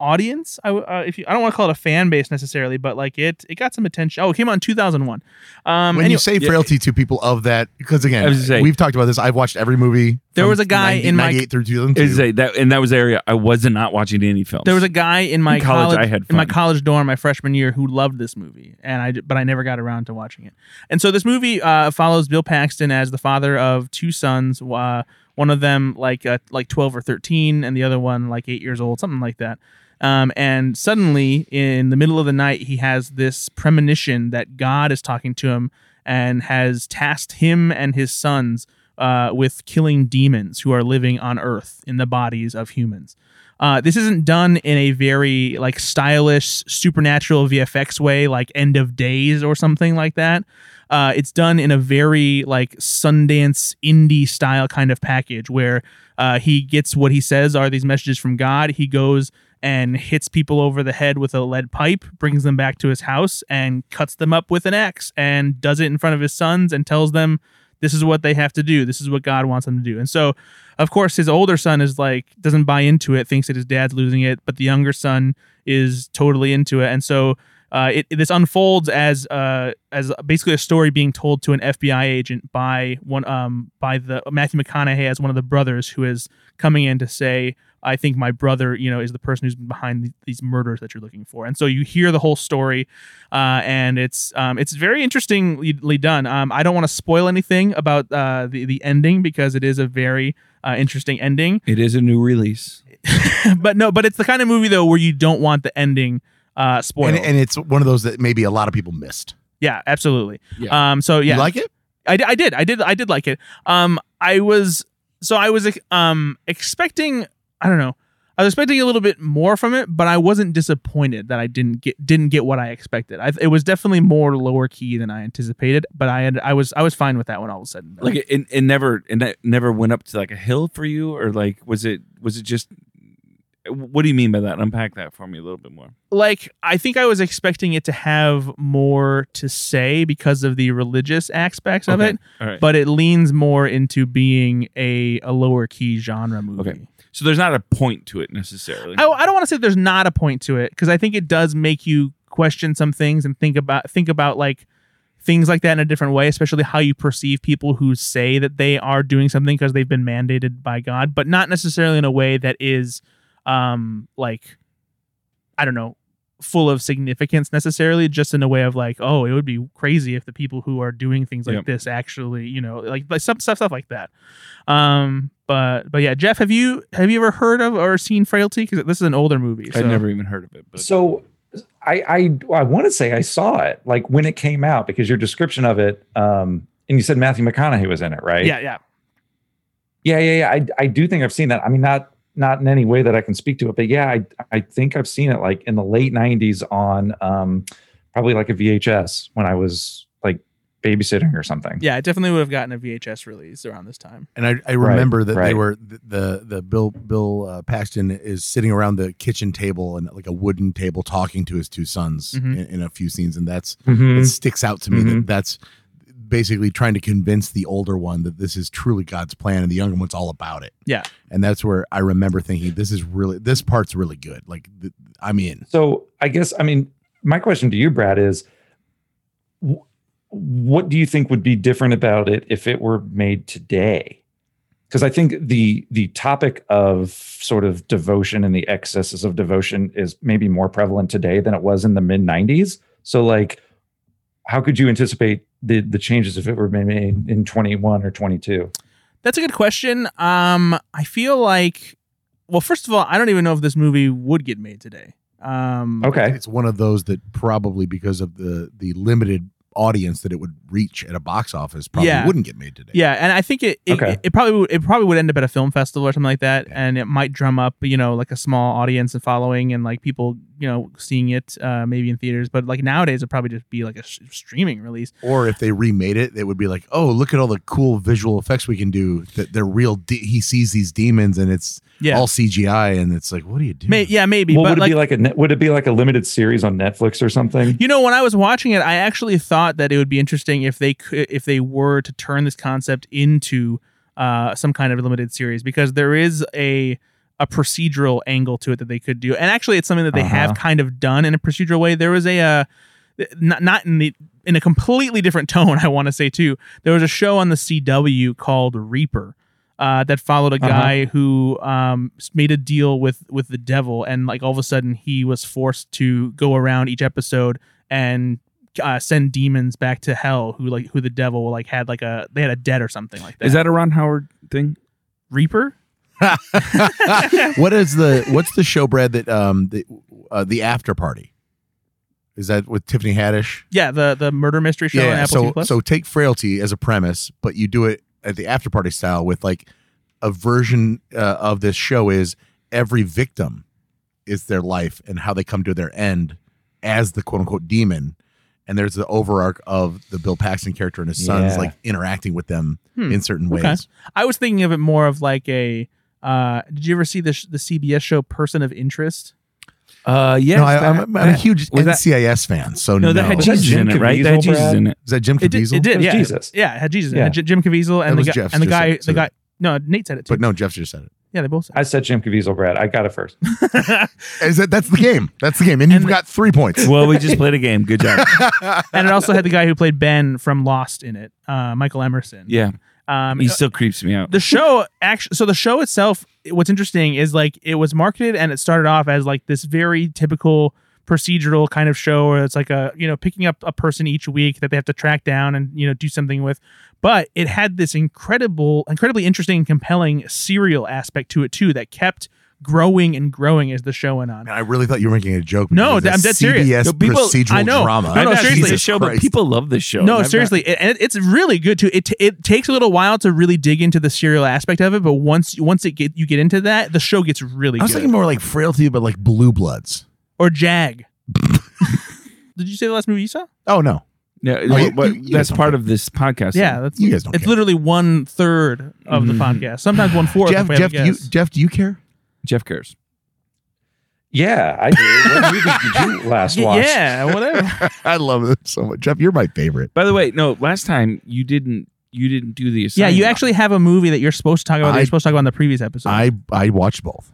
S3: audience i w- uh, if you i don't want to call it a fan base necessarily but like it it got some attention oh it came out in 2001 um
S2: when
S3: anyway,
S2: you say
S4: yeah.
S2: frailty to people of that, because
S4: I
S2: again,
S4: was gonna say-
S2: we've talked about this. I've watched every movie.
S3: There
S2: from
S3: was a guy
S2: 90
S3: in my-
S2: 98 through
S4: It was
S2: 2002.
S4: a- that and that was the area I was not watching any films.
S3: there was a guy in my
S4: In college,
S3: college,
S4: I had
S3: in my
S4: fun.
S3: college dorm my freshman year who loved this movie and I d- but I never got around to watching it. And so this movie uh, follows Bill Paxton as the father of two sons, uh, one of them like uh, like 12 or 13 and the other one like 8 years old, something like that. Um, and suddenly in the middle of the night he has this premonition that God is talking to him and has tasked him and his sons uh, with killing demons who are living on earth in the bodies of humans. Uh, this isn't done in a very like stylish supernatural VFX way, like End of Days or something like that. Uh, it's done in a very like Sundance indie style kind of package where uh, he gets what he says are these messages from God. He goes and hits people over the head with a lead pipe, brings them back to his house, and cuts them up with an axe, and does it in front of his sons and tells them this is what they have to do. This is what God wants them to do. And so, of course, his older son is like, doesn't buy into it, thinks that his dad's losing it, but the younger son is totally into it. And so, uh, it, this unfolds as uh, as basically a story being told to an FBI agent by one um by the Matthew McConaughey as one of the brothers who is coming in to say I think my brother you know is the person who's behind th- these murders that you're looking for and so you hear the whole story uh, and it's um, it's very interestingly done um, I don't want to spoil anything about uh, the the ending because it is a very uh, interesting ending
S4: it is a new release.
S3: but no but it's the kind of movie though where you don't want the ending uh, spoiled
S2: and, and it's one of those that maybe a lot of people missed.
S3: yeah absolutely
S2: Yeah.
S3: um so yeah
S2: You like it?
S3: I, I did I did I did like it. Um, I was so I was um expecting I don't know I was expecting a little bit more from it, but I wasn't disappointed that I didn't get didn't get what I expected. I, it was definitely more lower key than I anticipated, but I had I was I was fine with that when all was said and done.
S4: Like it, it, it never it ne- never went up to like a hill for you, or like was it was it just? What do you mean by that? Unpack that for me a little bit more.
S3: like I think I was expecting it to have more to say because of the religious aspects of
S4: Okay.
S3: it,
S4: All right.
S3: but it leans more into being a, a lower key genre movie.
S4: Okay. so there's not a point to it necessarily.
S3: I, I don't want to say there's not a point to it because I think it does make you question some things and think about think about like things like that in a different way, especially how you perceive people who say that they are doing something because they've been mandated by God, but not necessarily in a way that is um like I don't know full of significance necessarily just in a way of like oh it would be crazy if the people who are doing things like
S4: Yeah.
S3: this actually you know like, like some stuff stuff like that um, but but yeah, Jeff, have you have you ever heard of or seen Frailty? Because this is an older movie. So.
S4: I'd never even heard of it. But
S5: So I I, I want to say I saw it like when it came out because your description of it um and you said Matthew McConaughey was in it, right?
S3: Yeah, yeah.
S5: Yeah, yeah, yeah. I I do think I've seen that. I mean not not in any way that I can speak to it, but yeah, I I think I've seen it like in the late 90s on um probably like a VHS when I was like babysitting or something.
S3: Yeah, I definitely would have gotten a VHS release around this time.
S2: And I, I remember that they
S5: right.
S2: were the the, the Bill Bill uh, Paxton is sitting around the kitchen table and like a wooden table talking to his two sons
S3: Mhm.
S2: in, in a few scenes, and that's
S3: Mm-hmm.
S5: Mhm.
S2: it sticks out to me that
S5: Mhm.
S2: that's basically trying to convince the older one that this is truly God's plan, and the younger one's all about it.
S3: Yeah.
S2: and that's where I remember thinking this is really this part's really good. Like th- I'm in.
S5: So I guess I mean my question to you, Brad, is wh- what do you think would be different about it if it were made today? Because I think the the topic of sort of devotion and the excesses of devotion is maybe more prevalent today than it was in the mid '90s. So like, how could you anticipate the the changes if it were made in 21 or 22?
S3: That's a good question. Um, I feel like, well, first of all, I don't even know if this movie would get made today. Um,
S5: Okay,
S2: It's one of those that probably because of the the limited audience that it would reach at a box office probably
S3: Yeah.
S2: wouldn't get made today.
S3: Yeah, and I think it it,
S5: Okay.
S3: it, it probably would, it probably would end up at a film festival or something like that, and it might drum up you know like a small audience and following and like people you know seeing it uh, maybe in theaters, but like nowadays it'd probably just be like a s- streaming release.
S2: Or if they remade it, they would be like, "Oh, look at all the cool visual effects we can do. That they're real. De- he sees these demons, and it's
S3: Yeah,
S2: all CGI, and it's like, what are you doing?
S3: May, yeah, maybe.
S5: well,
S3: but
S5: would it
S3: like,
S5: be like a net- would it be like a limited series on Netflix or something?
S3: You know, when I was watching it, I actually thought that it would be interesting if they could, if they were to turn this concept into uh, some kind of limited series because there is a a procedural angle to it that they could do, and actually, it's something that they have
S5: Uh-huh.
S3: kind of done in a procedural way. There was a uh, not not in the in a completely different tone. I want to say too, there was a show on the CW called Reaper. Uh, that followed a
S5: Uh-huh.
S3: guy who um, s- made a deal with with the devil, and like all of a sudden he was forced to go around each episode and uh, send demons back to hell who like who the devil like had like a they had a debt or something like that.
S4: is that a Ron Howard thing?
S3: Reaper?
S2: what is the what's the show, Brad? That um the uh, the after party is that with Tiffany Haddish?
S3: Yeah, the the murder mystery show on Apple
S2: so
S3: TV Plus.
S2: so take frailty as a premise, but you do it at the after party style with like a version uh, of this show is every victim is their life and how they come to their end as the quote unquote demon, and there's the overarch of the Bill Paxton character and his sons
S5: Yeah.
S2: like interacting with them
S3: Hmm.
S2: in certain
S3: Okay.
S2: ways.
S3: I was thinking of it more of like a uh did you ever see the sh- the CBS show Person of Interest?
S4: Uh, yes.
S2: no, I, I'm, I'm a huge
S4: was that-
S2: NCIS fan, so no,
S4: no, that had
S5: Is that
S4: Jesus in
S5: Jim
S4: it, right? That had
S5: Caviezel,
S4: Jesus
S5: Brad?
S4: in it.
S2: is that Jim
S3: It did,
S2: Caviezel?
S3: it did,
S5: It was
S3: yeah.
S5: Jesus.
S3: Yeah, it had Jesus. in
S5: Yeah.
S3: It. J- Jim Caviezel
S2: That
S3: and the
S2: was
S3: guy,
S2: Jeff's
S3: and the
S2: just
S3: guy
S2: said-
S3: the
S2: said
S3: guy No, Nate said it too.
S2: But no, Jeff just said it.
S3: yeah, they both said.
S5: I said Jim Caviezel, Brad. I got it first.
S3: it.
S2: Is that that's the game? That's the game, and,
S3: And-
S2: you've got three points.
S4: Well, we just played a game. Good job.
S3: and it also had the guy who played Ben from Lost in it, uh Michael Emerson.
S4: Yeah,
S3: Um
S4: he still creeps me out.
S3: the show actually so the show itself what's interesting is like it was marketed and it started off as like this very typical procedural kind of show where it's like a you know picking up a person each week that they have to track down and you know do something with but it had this incredible incredibly interesting and compelling serial aspect to it too that kept growing and growing as the show went on.
S2: Man, I really thought you were making a joke.
S3: No,
S2: because
S3: I'm
S2: it's
S3: dead
S2: CBS
S3: serious.
S4: No, people-
S2: procedural
S3: I know.
S2: drama.
S3: I know,
S4: I've not seen
S3: seriously.
S4: the show,
S2: Christ.
S4: but people love this show.
S3: No,
S4: I've not-
S3: seriously, and it- it's really good too. It, it takes a little while to really dig into the serial aspect of it, but once once it get you get into that, the show gets really
S2: I was
S3: good.
S2: thinking more like frailty, but like blue bloods.
S3: or Jag. Did you say the last movie you saw?
S2: Oh no,
S4: Yeah,
S2: Oh, you-
S4: what-
S2: you- you
S4: that's
S2: don't
S4: part of this podcast.
S3: Yeah, that's
S2: you guys don't.
S3: it's
S2: care.
S3: literally one third of
S4: Mhm.
S3: the podcast. Sometimes one fourth. if
S2: Jeff,
S3: I had to
S2: Jeff, do you,
S3: guess.
S2: Jeff, do you care?
S4: Jeff cares.
S5: Yeah, I do. What movie did you last
S3: Y-
S5: watch?
S3: yeah, whatever.
S2: I love them so much. Jeff, you're my favorite.
S4: By the way, no, last time you didn't you didn't do the
S3: yeah,
S4: assignment.
S3: you actually have a movie that you're supposed to talk about. that
S2: I-
S3: you're supposed to talk about in the previous episode.
S2: I I watched both.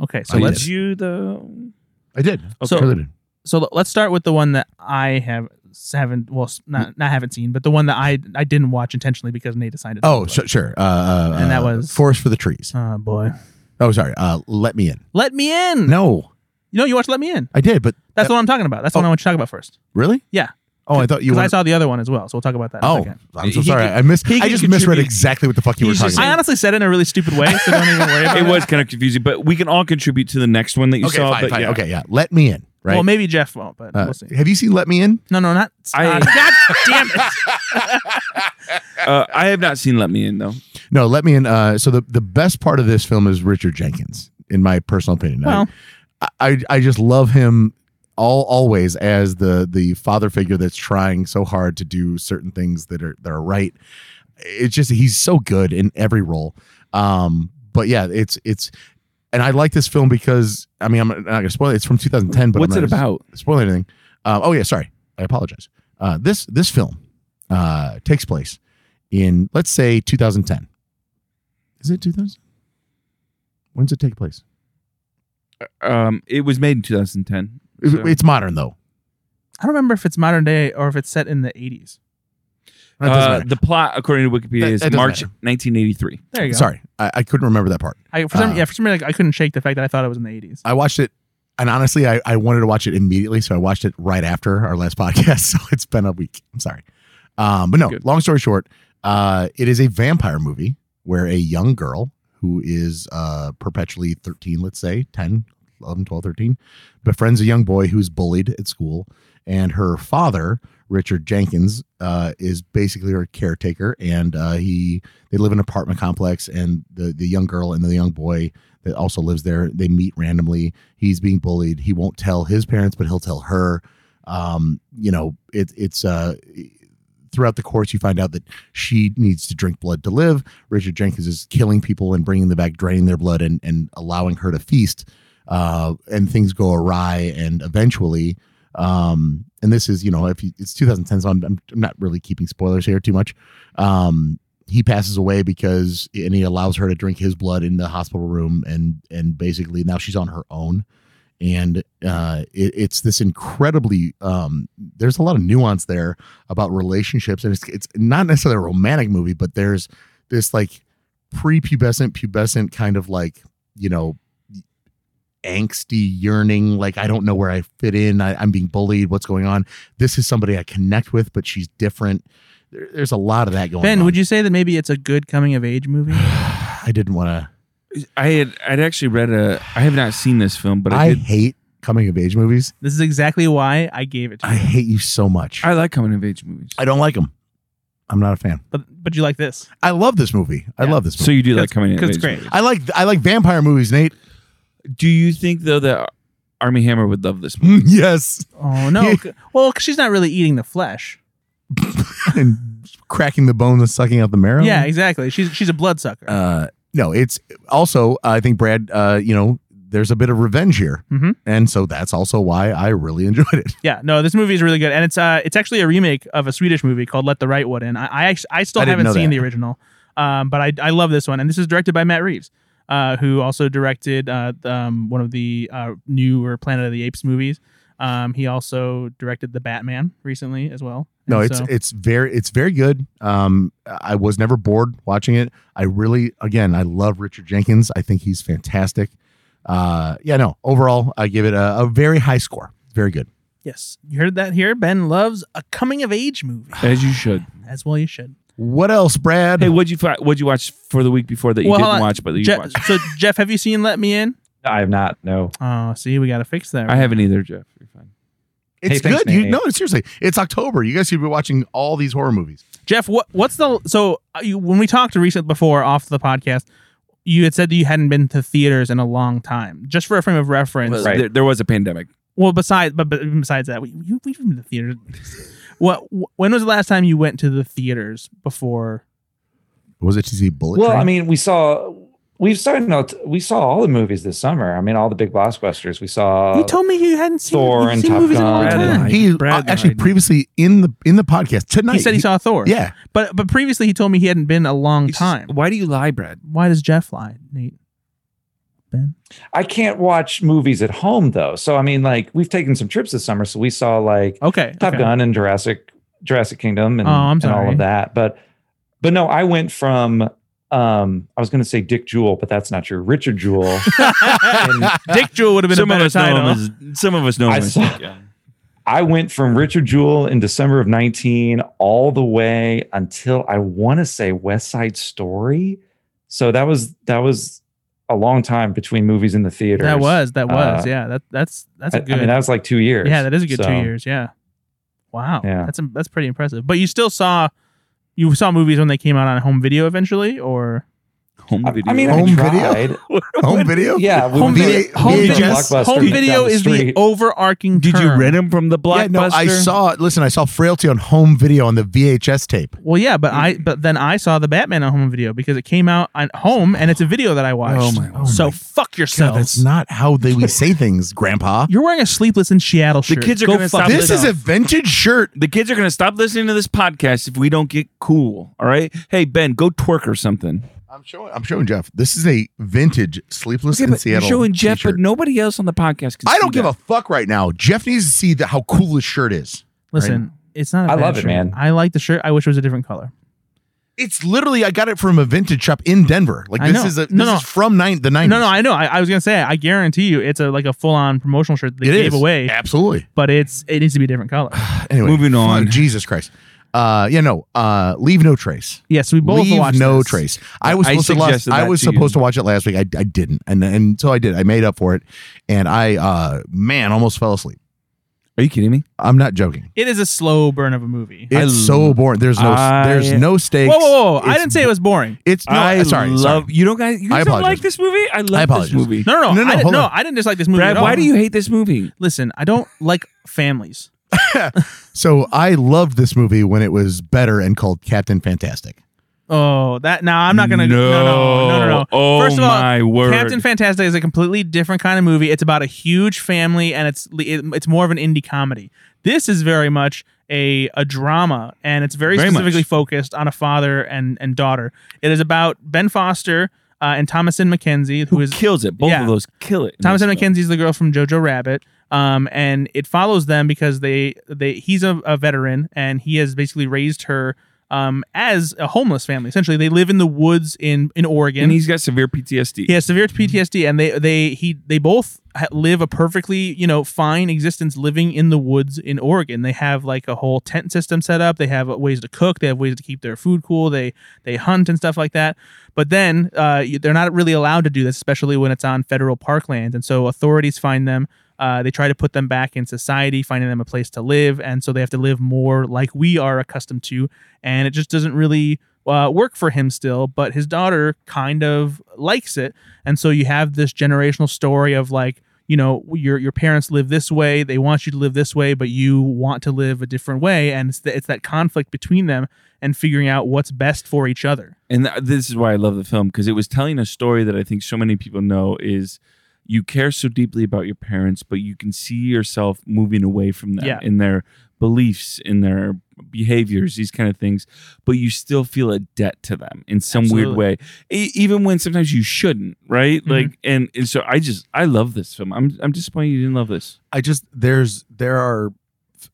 S3: okay, so
S2: I
S3: let's
S2: did.
S4: you the
S2: I did.
S3: So-
S2: I really did.
S3: so l- let's start with the one that I have haven't well s- not not haven't seen, but the one that I I didn't watch intentionally because Nate assigned it. to
S2: oh
S3: me.
S2: sure, sure. Uh, uh,
S3: And that
S2: uh,
S3: was-
S2: Forest for the Trees.
S3: oh boy,
S2: Oh sorry. Uh, Let me in.
S3: Let Me In.
S2: No,
S3: you know you watched Let Me In.
S2: I did, but
S3: That's the one I'm talking about. That's the
S2: Oh.
S3: one I want you to talk about first
S2: really.
S3: Yeah.
S2: Oh, I thought you.
S3: because I
S2: Wanted,
S3: saw the other one as well. So we'll talk about that. In a
S2: oh,
S3: second.
S2: I'm so
S4: He
S2: sorry.
S4: could-
S2: I missed.
S4: he
S2: I
S4: could
S2: just misread
S4: contribute-
S2: exactly what the fuck you were
S4: He's
S2: talking
S4: just
S2: about.
S4: saying-
S3: I honestly said it in a really stupid way, so don't even worry about
S4: it
S3: it.
S4: was kind of confusing, but we can all contribute to the next one that you
S2: okay,
S4: saw.
S2: fine,
S4: but
S2: fine.
S4: yeah.
S2: Okay, yeah. Let me in. Right.
S3: Well, maybe Jeff won't, but
S2: Uh,
S3: we'll see.
S2: have you seen Let Me In?
S3: No, no, not.
S4: I-
S3: uh, God damn it!
S4: Uh, I have not seen Let Me In though.
S2: No, Let Me In. Uh, so the the best part of this film is Richard Jenkins, in my personal opinion. I-
S3: Well,
S2: I, I I just love him all always as the the father figure that's trying so hard to do certain things that are that are right. It's just he's so good in every role. Um, but yeah, it's it's. And I like this film because I mean I'm not gonna spoil it. It's from 2010, but
S4: What's
S2: I'm not
S4: it
S2: gonna
S4: about?
S2: spoil anything. Uh, oh yeah, sorry, I apologize. Uh, this this film uh, takes place in let's say 2010. Is it 2000? When does it take place?
S4: Um, it was made in 2010.
S2: It-
S4: So-
S2: It's modern though.
S3: I don't remember if it's modern day or if it's set in the 80s.
S2: That doesn't
S4: Uh,
S2: matter.
S4: the plot, according to Wikipedia,
S2: That-
S4: is
S2: that doesn't
S4: March
S2: matter.
S4: 1983.
S3: There you go.
S2: Sorry, I, I couldn't remember that part.
S3: I, for some,
S2: Uh,
S3: yeah, for some reason, like, I couldn't shake the fact that I thought it was in the 80s.
S2: I watched it, and honestly, I, I wanted to watch it immediately, so I watched it right after our last podcast. So it's been a week. I'm sorry, um, but no.
S4: Good.
S2: Long story short, uh, it is a vampire movie where a young girl who is uh, perpetually 13, let's say 10, 11, 12, 13, befriends a young boy who's bullied at school, and her father. Richard Jenkins uh, is basically her caretaker, and uh, he they live in an apartment complex, and the the young girl and the young boy that also lives there they meet randomly. He's being bullied. He won't tell his parents, but he'll tell her. Um, you know, it, it's uh, throughout the course you find out that she needs to drink blood to live. Richard Jenkins is killing people and bringing them back, draining their blood, and and allowing her to feast. Uh, and things go awry, and eventually um and this is you know if you, it's 2010 so I'm, I'm not really keeping spoilers here too much um he passes away because and he allows her to drink his blood in the hospital room and and basically now she's on her own and uh it, it's this incredibly um there's a lot of nuance there about relationships and it's it's not necessarily a romantic movie but there's this like prepubescent pubescent kind of like you know angsty yearning like i don't know where i fit in I, i'm being bullied what's going on this is somebody i connect with but she's different there, there's a lot of that going on
S3: Ben, would you say that maybe it's a good coming of age movie?
S2: I didn't want to.
S4: I had I'd actually read a. I have not seen this film, but I
S2: I,
S4: did,
S2: hate coming of age movies.
S3: This is exactly why I gave it to
S2: I
S3: you.
S2: hate you so much. I,
S4: I like coming of age movies.
S2: don't like them. I'm not a fan.
S3: But but you like this.
S2: I love this movie. I
S3: Yeah.
S2: love this movie.
S4: so you do like
S3: Because-
S4: coming of age.
S3: because it's great.
S4: movies.
S2: I like I like vampire movies, Nate.
S4: Do you think though that Army Hammer would love this movie?
S2: Mm, yes,
S3: Oh no. C- well, 'cause she's not really eating the flesh.
S2: and cracking the bone and sucking out the marrow.
S3: Yeah, exactly. She's she's a bloodsucker.
S2: Uh, no, it's also I think Brad. Uh, you know, there's a bit of revenge here,
S3: Mhm.
S2: and so that's also why I really enjoyed it.
S3: yeah, no, this movie is really good, and it's uh, it's actually a remake of a Swedish movie called Let the Right One In. I I, act- I still
S2: I didn't
S3: haven't
S2: know
S3: seen
S2: that.
S3: the original, um, but I I love this one, and this is directed by Matt Reeves, uh, who also directed uh, th- um, one of the uh, newer Planet of the Apes movies. Um, he also directed the Batman recently as well.
S2: No,
S3: And
S2: it's
S3: so-
S2: it's very it's very good. Um, I was never bored watching it. I really again I love Richard Jenkins. I think he's fantastic. Uh, yeah, no. Overall, I give it a, a very high score. Very good.
S3: yes, you heard that here. Ben loves a coming of age movie,
S4: As you should.
S3: as well you should.
S2: What else, Brad?
S4: Hey, what'd you fi- what'd you watch for the week before that you
S3: Well, hold
S4: didn't
S3: on.
S4: watch but that you
S3: Je-
S4: watched?
S3: so Jeff, have you seen Let Me In?
S5: I have not. No.
S3: Oh, see, we got to fix that.
S4: I haven't either, Jeff. You're fine.
S2: It's
S5: Hey, thanks,
S2: good. You
S5: Nate.
S2: no, seriously, it's October. You guys should be watching all these horror movies.
S3: Jeff, what what's the so uh, you, when we talked recent before off the podcast, you had said that you hadn't been to theaters in a long time. Just for a frame of reference,
S4: Well,
S5: Right.
S4: there, there was a pandemic.
S3: Well, besides, but, but besides that, we, you, we've been to the theater. what? wh- When was the last time you went to the theaters before?
S2: Was it to see Bullet
S5: Well,
S2: Train?
S5: I mean, we saw we've started out we saw all the movies this summer. I mean, all the big blockbusters. We saw
S3: you told me you hadn't seen,
S5: Uh, Thor
S3: you've
S5: and
S3: seen
S5: Top
S3: movies in a long
S5: Gun.
S3: time.
S4: Brad
S2: he
S4: Brad
S2: uh, actually
S4: Knight.
S2: previously in the in the podcast tonight.
S3: He said he saw Thor.
S2: Yeah,
S3: but but previously he told me he hadn't been a long
S4: It's just-
S3: time.
S4: why do you lie, Brad?
S3: Why does Jeff lie, Nate? Ben,
S5: I can't watch movies at home though. So I mean, like we've taken some trips this summer. So we saw like
S3: okay,
S5: Top
S3: Oh, okay.
S5: Gun and Jurassic Jurassic Kingdom and,
S3: Oh, I'm
S5: and all
S3: sorry.
S5: of that. But but no, I went from um I was going to say Dick Jewell, but that's not true. Richard Jewell. And
S3: Dick Jewell would have been
S4: Some
S3: a
S4: of
S3: better
S4: us know him
S3: title.
S4: as some of us know him
S5: I
S4: as
S5: saw-
S4: Dick, yeah.
S5: I went from Richard Jewell in December of 19 all the way until I want to say West Side Story. So that was that was a long time between movies in the theater.
S3: That was that was
S5: Uh,
S3: yeah. That that's that's a
S5: I,
S3: good.
S5: I mean, that was like two years.
S3: yeah, that is a good
S5: So,
S3: two years. Yeah. Wow.
S5: Yeah.
S3: That's that's pretty impressive. But you still saw you saw movies when they came out on home video eventually, or
S4: Home
S5: I,
S4: video.
S5: I mean,
S2: Home
S5: I
S2: video?
S5: tried.
S2: home video.
S5: Yeah, we
S3: Home
S5: would do
S3: video-
S5: it-
S3: home
S5: we'd do
S2: video-
S5: Blockbuster
S3: home
S5: down
S3: video
S5: the
S3: is the
S5: street.
S3: overarching.
S4: did you
S3: term.
S4: rent him from the blockbuster?
S2: Yeah, no, I saw. Listen, I saw Frailty on home video on the VHS tape.
S3: Well, yeah, but I but then I saw the Batman on home video because it came out on home and it's a video that I watched.
S4: Oh my- oh
S3: so
S2: my
S3: fuck
S2: God,
S3: yourself.
S2: that's not how they we say things, Grandpa.
S3: You're wearing a sleepless in Seattle
S4: The
S3: shirt.
S4: kids are
S3: Go
S4: gonna
S3: fuck
S4: stop
S2: This
S3: yourself.
S2: is a vintage shirt.
S4: The kids are going to stop listening to this podcast if we don't get cool. All right. Hey, Ben, go twerk or something.
S2: I'm showing. I'm showing Jeff. This is a vintage Sleepless in
S4: but
S2: Seattle.
S4: you're showing Jeff,
S2: t-shirt.
S4: but nobody else on the podcast can
S2: I
S4: see
S2: don't give
S4: that.
S2: a fuck right now. Jeff needs to see the, how cool this shirt is.
S3: Listen, it's not. I
S5: I love it, man.
S3: I like the shirt. I wish it was a different color.
S2: It's literally I got it from a vintage shop in Denver. Like
S3: I
S2: this
S3: know.
S2: is a this
S3: No, no.
S2: is from nine, the nineties.
S3: No, no, I know. I, I was gonna say. I guarantee you, it's a like a full on promotional shirt that they
S2: It
S3: gave
S2: is.
S3: away.
S2: absolutely.
S3: But it's it needs to be a different color.
S2: Anyway,
S4: Moving
S2: fuck,
S4: on.
S2: Jesus Christ. Uh, yeah, no. Uh, leave no trace.
S3: Yes, we both
S2: leave
S3: watched
S2: no
S3: this.
S2: trace. I was
S4: I
S2: supposed to last,
S4: suggested
S2: I
S4: that
S2: was
S4: to you.
S2: supposed to watch it last week. I, I didn't, and and so I did. I made up for it, and I uh man almost fell asleep.
S4: Are you kidding me?
S2: I'm not joking.
S3: It is a slow burn of a movie.
S2: It's
S4: I
S2: so
S4: love-
S2: boring. There's no
S4: I-
S2: there's no stakes.
S3: whoa, whoa, whoa! I
S2: It's-
S3: didn't say it was boring.
S2: It's no.
S4: I
S2: sorry,
S4: love
S2: sorry.
S4: you. Don't guys, you
S2: I
S4: guys don't
S2: apologize.
S4: like this movie? I
S2: I
S4: love
S2: apologize.
S4: this movie.
S3: No,
S2: No,
S3: no, no.
S2: no,
S3: I didn't,
S2: hold
S3: no,
S2: on.
S3: I didn't dislike this movie
S4: Brad,
S3: at all.
S4: why do you hate this movie?
S3: listen? I don't like families.
S2: So I loved this movie when it was better and called Captain Fantastic.
S3: Oh, that now I'm not gonna. No, no, no, no, no.
S4: Oh
S3: First of all,
S4: my word!
S3: Captain Fantastic is a completely different kind of movie. It's about a huge family, and it's it, it's more of an indie comedy. This is very much a a drama, and it's very,
S4: Very much.
S3: specifically focused on a father and and daughter. It is about Ben Foster uh, and Thomasin McKenzie, who
S4: who
S3: is
S4: kills it? Both
S3: yeah.
S4: of those kill it. in
S3: Thomas and
S4: this film.
S3: Mackenzie's the girl from Jojo Rabbit. Um, and it follows them because they they he's a, a veteran and he has basically raised her um as a homeless family. Essentially, they live in the woods in in Oregon.
S4: and he's got severe PTSD.
S3: he has severe PTSD, and they they he they both ha- live a perfectly you know fine existence living in the woods in Oregon. They have like a whole tent system set up. They have ways to cook. They have ways to keep their food cool. They they hunt and stuff like that. But then uh, you- they're not really allowed to do this, especially when it's on federal parklands, and so authorities find them. Uh, they try to put them back in society, finding them a place to live, and so they have to live more like we are accustomed to, and it just doesn't really uh, work for him still. But his daughter kind of likes it, and so you have this generational story of like, you know, your your parents live this way, they want you to live this way, but you want to live a different way, and it's the, it's that conflict between them and figuring out what's best for each other.
S4: and th- this is why I love the film because it was telling a story that I think so many people know is you care so deeply about your parents, but you can see yourself moving away from them
S3: Yeah.
S4: in their beliefs, in their behaviors, these kind of things. But you still feel a debt to them in some
S3: Absolutely.
S4: weird way, E- even when sometimes you shouldn't, right?
S3: Mhm.
S4: Like, and, and so I just I love this film. I'm I'm disappointed you didn't love this.
S2: I just there's there are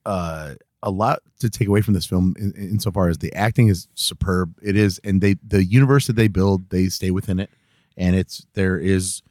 S2: uh, a lot to take away from this film in, insofar as the acting is superb. It is, and they the universe that they build, they stay within it, and it's there is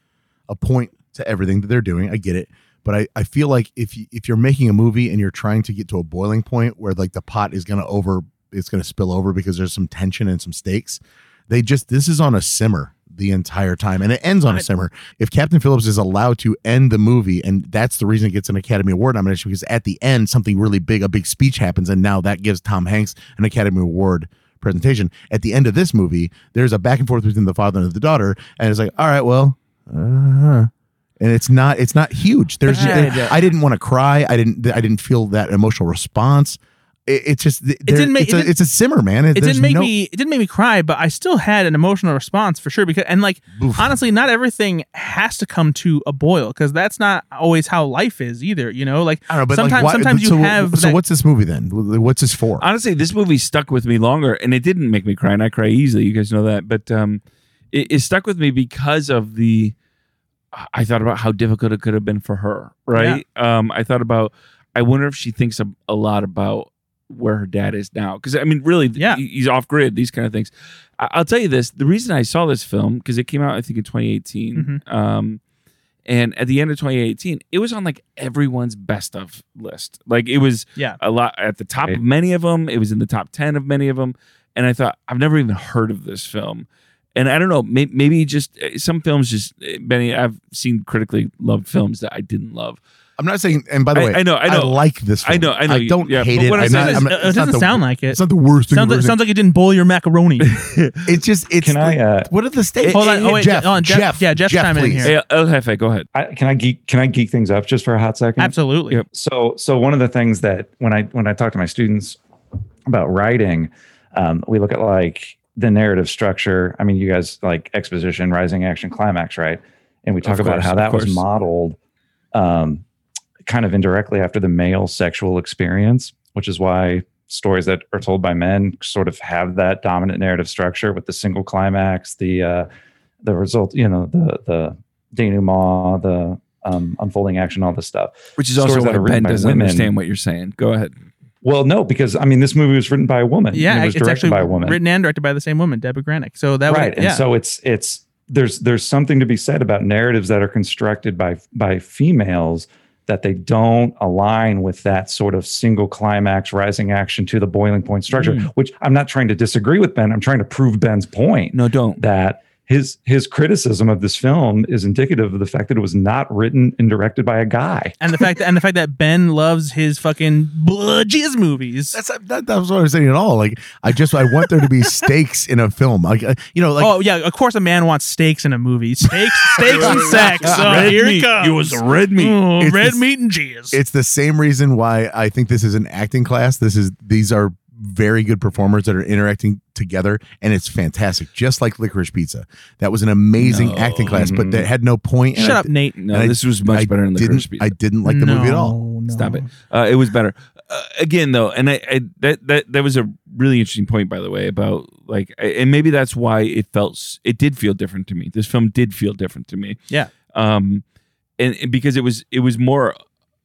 S2: a point to everything that they're doing. I get it, but I, I feel like if you, if you're making a movie and you're trying to get to a boiling point where like the pot is gonna over, it's gonna spill over because there's some tension and some stakes. They just this is on a simmer. the entire time, and it ends on a simmer. If Captain Phillips is allowed to end the movie, and that's the reason it gets an Academy Award nomination, because at the end something really big, a big speech happens, and now that gives Tom Hanks an Academy Award presentation. At the end of this movie, there's a back and forth between the father and the daughter, and it's like, all right, well, uh-huh. and it's not it's not huge. There's
S4: Yeah,
S2: there-
S4: yeah.
S2: I didn't want to cry. I didn't I didn't feel that emotional response. It, it's just it
S3: didn't make-
S2: it's,
S3: it
S2: a,
S3: didn't-
S2: it's a simmer, man.
S3: It
S2: there's
S3: didn't make
S2: no-
S3: me. It didn't make me cry, but I still had an emotional response for sure. Because and like
S2: Oof.
S3: honestly, not everything has to come to a boil because that's not always how life is either. You know, like
S2: I don't know, but like,
S3: sometimes
S2: why,
S3: sometimes you
S2: so,
S3: have
S2: So
S3: that-
S2: what's this movie then? What's this for?
S4: honestly, this movie stuck with me longer, and it didn't make me cry, and I cry easily. You guys know that, but um, it, it stuck with me because of the. I thought about how difficult it could have been for her, right? Um, I thought about. I wonder if she thinks a, a lot about where her dad is now, because I mean, really, th-
S3: Yeah.
S4: he- he's off grid. These kind of things. I, I'll tell you this: the reason I saw this film because it came out, I think, in 2018.
S3: Mm-hmm.
S4: Um, and at the end of 2018, it was on like everyone's best of list. Like it was
S3: yeah,
S4: a lot at the top
S5: Right.
S4: of many of them. It was in the top 10 of many of them. And I thought, I've never even heard of this film. And I don't know, may- maybe just eh, some films just, eh, Benny, I've seen critically loved films that I didn't love.
S2: I'm not saying. And by the
S4: I-
S2: way,
S4: I know, I know.
S2: like this.
S4: I
S2: Film.
S4: know, I know.
S2: I don't
S4: Yeah,
S2: hate
S4: but
S2: it.
S4: what I'm
S2: I'm
S4: saying
S2: not,
S4: is,
S2: I'm
S3: uh, it
S2: not, it's
S3: doesn't
S2: not the,
S3: sound like it.
S2: It's not the worst thing.
S3: sounds like,
S2: I've
S3: sounds like it didn't boil your macaroni.
S2: ever- it's just. It's.
S5: Can I? Uh,
S2: what are the stakes?
S3: Hold on, oh, wait,
S2: Jeff,
S3: hold on, Jeff-
S2: Jeff.
S3: yeah, Jeff's chiming in
S2: please.
S3: here.
S4: Hey, El Jefe, go ahead.
S5: I, can I geek? Can I geek things up just for a hot second?
S3: Absolutely.
S4: Yep.
S5: So, so one of the things that when I when I talk to my students about writing, um, we look at like the narrative structure. I mean, you guys like exposition, rising action, climax, right? And we talk
S4: Of
S5: about
S4: course,
S5: how
S4: of
S5: that was
S4: course.
S5: modeled, um, kind of indirectly after the male sexual experience, which is why stories that are told by men sort of have that dominant narrative structure with the single climax, the uh, the result, you know, the the denouement, the um, unfolding action, all this stuff.
S4: Which is also
S5: Stories that
S4: why
S5: are written
S4: Ben
S5: by
S4: doesn't
S5: women.
S4: understand what you're saying. Go ahead.
S5: Well, no, because I mean, this movie was written by a woman.
S3: Yeah,
S5: and it was
S3: it's
S5: directed
S3: actually
S5: by a woman,
S3: written and directed by the same woman, Deborah Granick. So that
S5: right?
S3: would,
S5: and
S3: yeah.
S5: so it's it's there's there's something to be said about narratives that are constructed by by females that they don't align with that sort of single climax rising action to the boiling point structure.
S3: Mm.
S5: Which I'm not trying to disagree with Ben. I'm trying to prove Ben's point
S4: No, don't.
S5: that his his criticism of this film is indicative of the fact that it was not written and directed by a guy.
S3: and the fact that, and the fact that Ben loves his fucking blah, jizz movies.
S2: That's that, that was what I was saying at all. Like I just I want there to be stakes in a film. Like uh, you know, like
S3: oh yeah, of course a man wants steaks in a movie. Steaks, steaks and sex. Oh,
S2: Red
S3: here
S4: meat.
S3: it comes.
S4: It was red meat.
S3: Oh,
S2: It's
S3: red
S2: the-
S3: meat and jizz.
S2: it's the same reason why I think this is an acting class. This is these are very good performers that are interacting together and it's fantastic just like licorice pizza that was an amazing
S4: No.
S2: acting class but
S5: Mhm.
S2: that had no point and
S3: Mm-hmm. Shut
S2: I-
S3: up, Nate.
S4: No,
S2: And I-
S4: this was much better than the
S2: didn't,
S4: Pizza.
S2: I didn't like the movie at all.
S3: No,
S4: Stop
S3: no.
S4: it. Uh, it was better. Uh, again, though, and I, I that that that was a really interesting point, by the way, about like, I- and maybe that's why it felt s- it did feel different to me. This film did feel different to me.
S3: Yeah.
S4: Um, and, and because it was it was more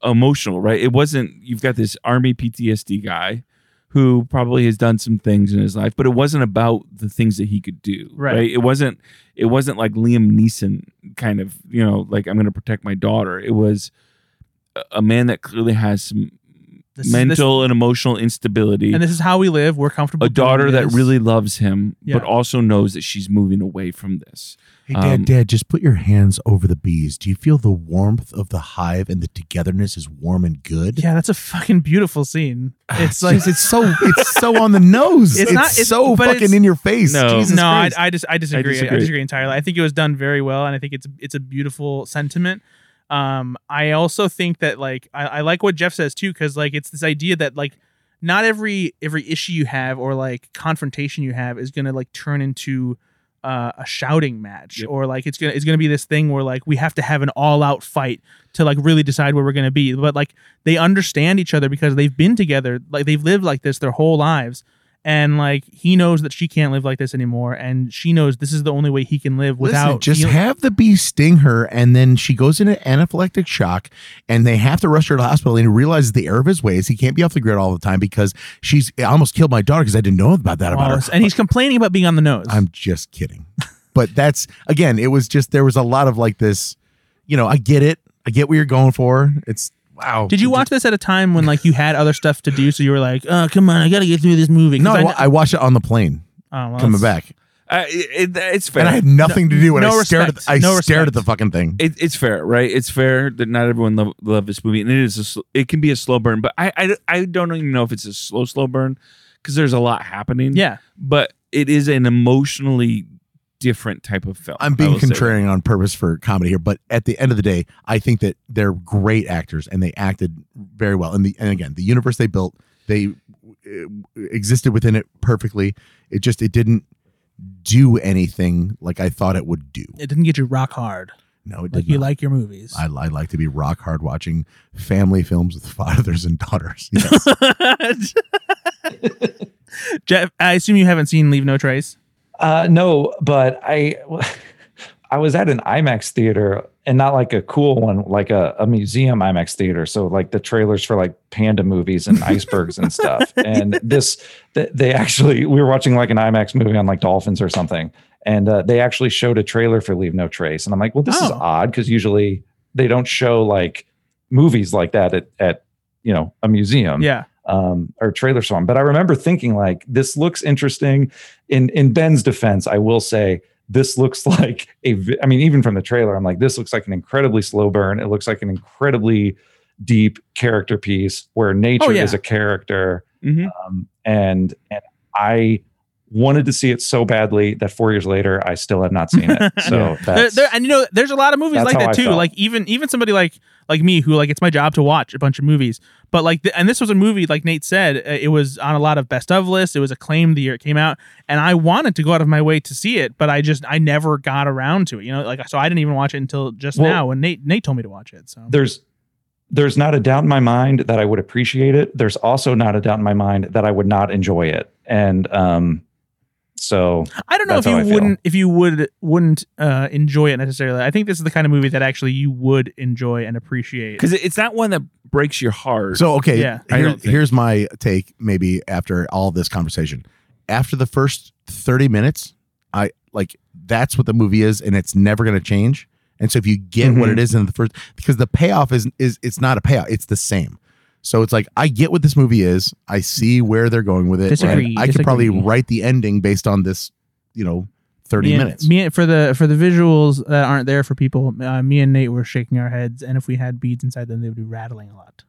S4: emotional, right? It wasn't. You've got this army PTSD guy who probably has done some things in his life, but it wasn't about the things that he could do,
S3: Right.
S4: right? It wasn't. It wasn't like Liam Neeson kind of, you know, like I'm going to protect my daughter. It was a- a man that clearly has some
S3: This is-
S4: mental and emotional instability.
S3: And this is how we live. We're comfortable.
S4: a daughter
S3: doing
S4: that
S3: this.
S4: really loves him, but
S3: Yeah.
S4: also knows that she's moving away from this.
S2: Hey, Dad,
S4: Um,
S2: Dad, just put your hands over the bees. Do you feel the warmth of the hive and the togetherness is warm and good?
S3: Yeah, that's a fucking beautiful scene. It's like
S2: Jeez, it's so it's so on the nose.
S3: It's
S2: It's,
S3: not- it's-
S2: so
S3: but
S2: fucking
S3: it's-
S2: in your face.
S4: No.
S2: Jesus
S3: no, I,
S2: Christ.
S3: I just I disagree. I disagree.
S4: disagree.
S3: entirely. I think it was done very well, and I think it's it's a beautiful sentiment. Um, I also think that like I, I like what Jeff says too, because like it's this idea that like not every every issue you have or like confrontation you have is gonna like turn into uh, a shouting match
S4: Yep.
S3: or like it's gonna it's gonna be this thing where like we have to have an all out fight to like really decide where we're gonna be. But like they understand each other because they've been together, like they've lived like this their whole lives and like he knows that she can't live like this anymore and she knows this is the only way he can live
S2: Listen,
S3: without
S2: just
S3: heal-
S2: have the bee sting her, and then she goes into anaphylactic shock, and they have to rush her to the hospital. And he realizes the error of his ways. He can't be off the grid all the time because she's I almost killed my daughter because I didn't know about that about her.
S3: Wallace. and he's complaining about being on the nose
S2: I'm just kidding. But that's again, it was just there was a lot of like this, you know, I get it. I get what you're going for. It's wow.
S3: did you watch this at a time when like you had other stuff to do so you were like oh come on i gotta get through this movie 'cause
S2: No, I,
S3: I
S2: wa- I watched it on the plane
S3: kn- oh, well,
S2: coming
S3: that's-
S2: back.
S4: I, it, it's fair.
S2: and I had nothing to do. And
S3: no
S2: I stared. At, the- I
S3: respect. No
S2: stared at
S3: respect.
S2: the fucking thing.
S4: it, it's fair, right? It's fair that not everyone love, love this movie, and it is a, sl- it can be a slow burn. But I, I, I don't even know if it's a slow slow burn because there's a lot happening.
S3: Yeah.
S4: but it is an emotionally different type of film.
S2: I'm
S4: I
S2: being
S4: will say.
S2: contrarian on purpose for comedy here, but at the end of the day, I think that they're great actors and they acted very well. And the and again, the universe they built, they uh, existed within it perfectly. It just it didn't do anything like I thought it would do.
S3: It didn't get you rock hard.
S2: No, it
S3: Like
S2: did
S3: you
S2: not.
S3: like your movies.
S2: I, I like to be rock hard watching family films with fathers and daughters. Yes.
S3: Jeff, I assume you haven't seen Leave No Trace.
S5: Uh, no, but I I was at an IMAX theater and not like a cool one, like a, a museum IMAX theater. So like the trailers for like panda movies and icebergs and stuff. And this th- they actually we were watching like an IMAX movie on like dolphins or something. And uh, they actually showed a trailer for Leave No Trace. And I'm like, well, this is
S3: Oh.
S5: odd because usually they don't show like movies like that at at you know a museum
S3: Yeah.
S5: um, or trailer song. But I remember thinking like, this looks interesting. In in Ben's defense, I will say this looks like a. vi- I mean, even from the trailer, I'm like, this looks like an incredibly slow burn. It looks like an incredibly deep character piece where nature
S3: Oh, yeah.
S5: is a character,
S4: Mhm.
S5: um, and and I wanted to see it so badly that four years later, I still have not seen it. So
S2: Yeah.
S3: There,
S5: that's.
S3: there, and you know, there's a lot of movies
S5: That's
S3: like
S5: how
S3: that
S5: I
S3: too.
S5: felt.
S3: Like even even somebody like like me who like it's my job to watch a bunch of movies, but like th- and this was a movie like Nate said uh, it was on a lot of best of lists. It was acclaimed the year it came out, and I wanted to go out of my way to see it, but I just I never got around to it. You know, like so I didn't even watch it until just
S5: Well-
S3: now when Nate Nate told me to watch it. So
S5: there's there's not a doubt in my mind that I would appreciate it. There's also not a doubt in my mind that I would not enjoy it. And um, so
S3: I don't know if
S5: That's
S3: you
S5: how I feel.
S3: wouldn't if you would wouldn't uh, enjoy it necessarily. I think this is the kind of movie that actually you would enjoy and appreciate.
S4: because it's not one that breaks your heart.
S2: So okay,
S3: Yeah.
S4: I
S2: here-
S4: don't think-
S2: here's my take. Maybe after all this conversation, after the first thirty minutes, I like that's what the movie is, and it's never going to change. And so if you get what
S3: Mm-hmm.
S5: Mhm.
S2: it is in the first, because the payoff is is it's not a payoff; it's the same. So it's like I get what this movie is. I see where they're going with it. and
S3: Disagree,
S2: I could probably
S3: disagree.
S2: write the ending based on this, you know, thirty
S3: me and-
S2: minutes.
S3: me and- for the for the visuals that aren't there for people, uh, me and Nate were shaking our heads, and if we had beads inside them, they would be rattling a lot.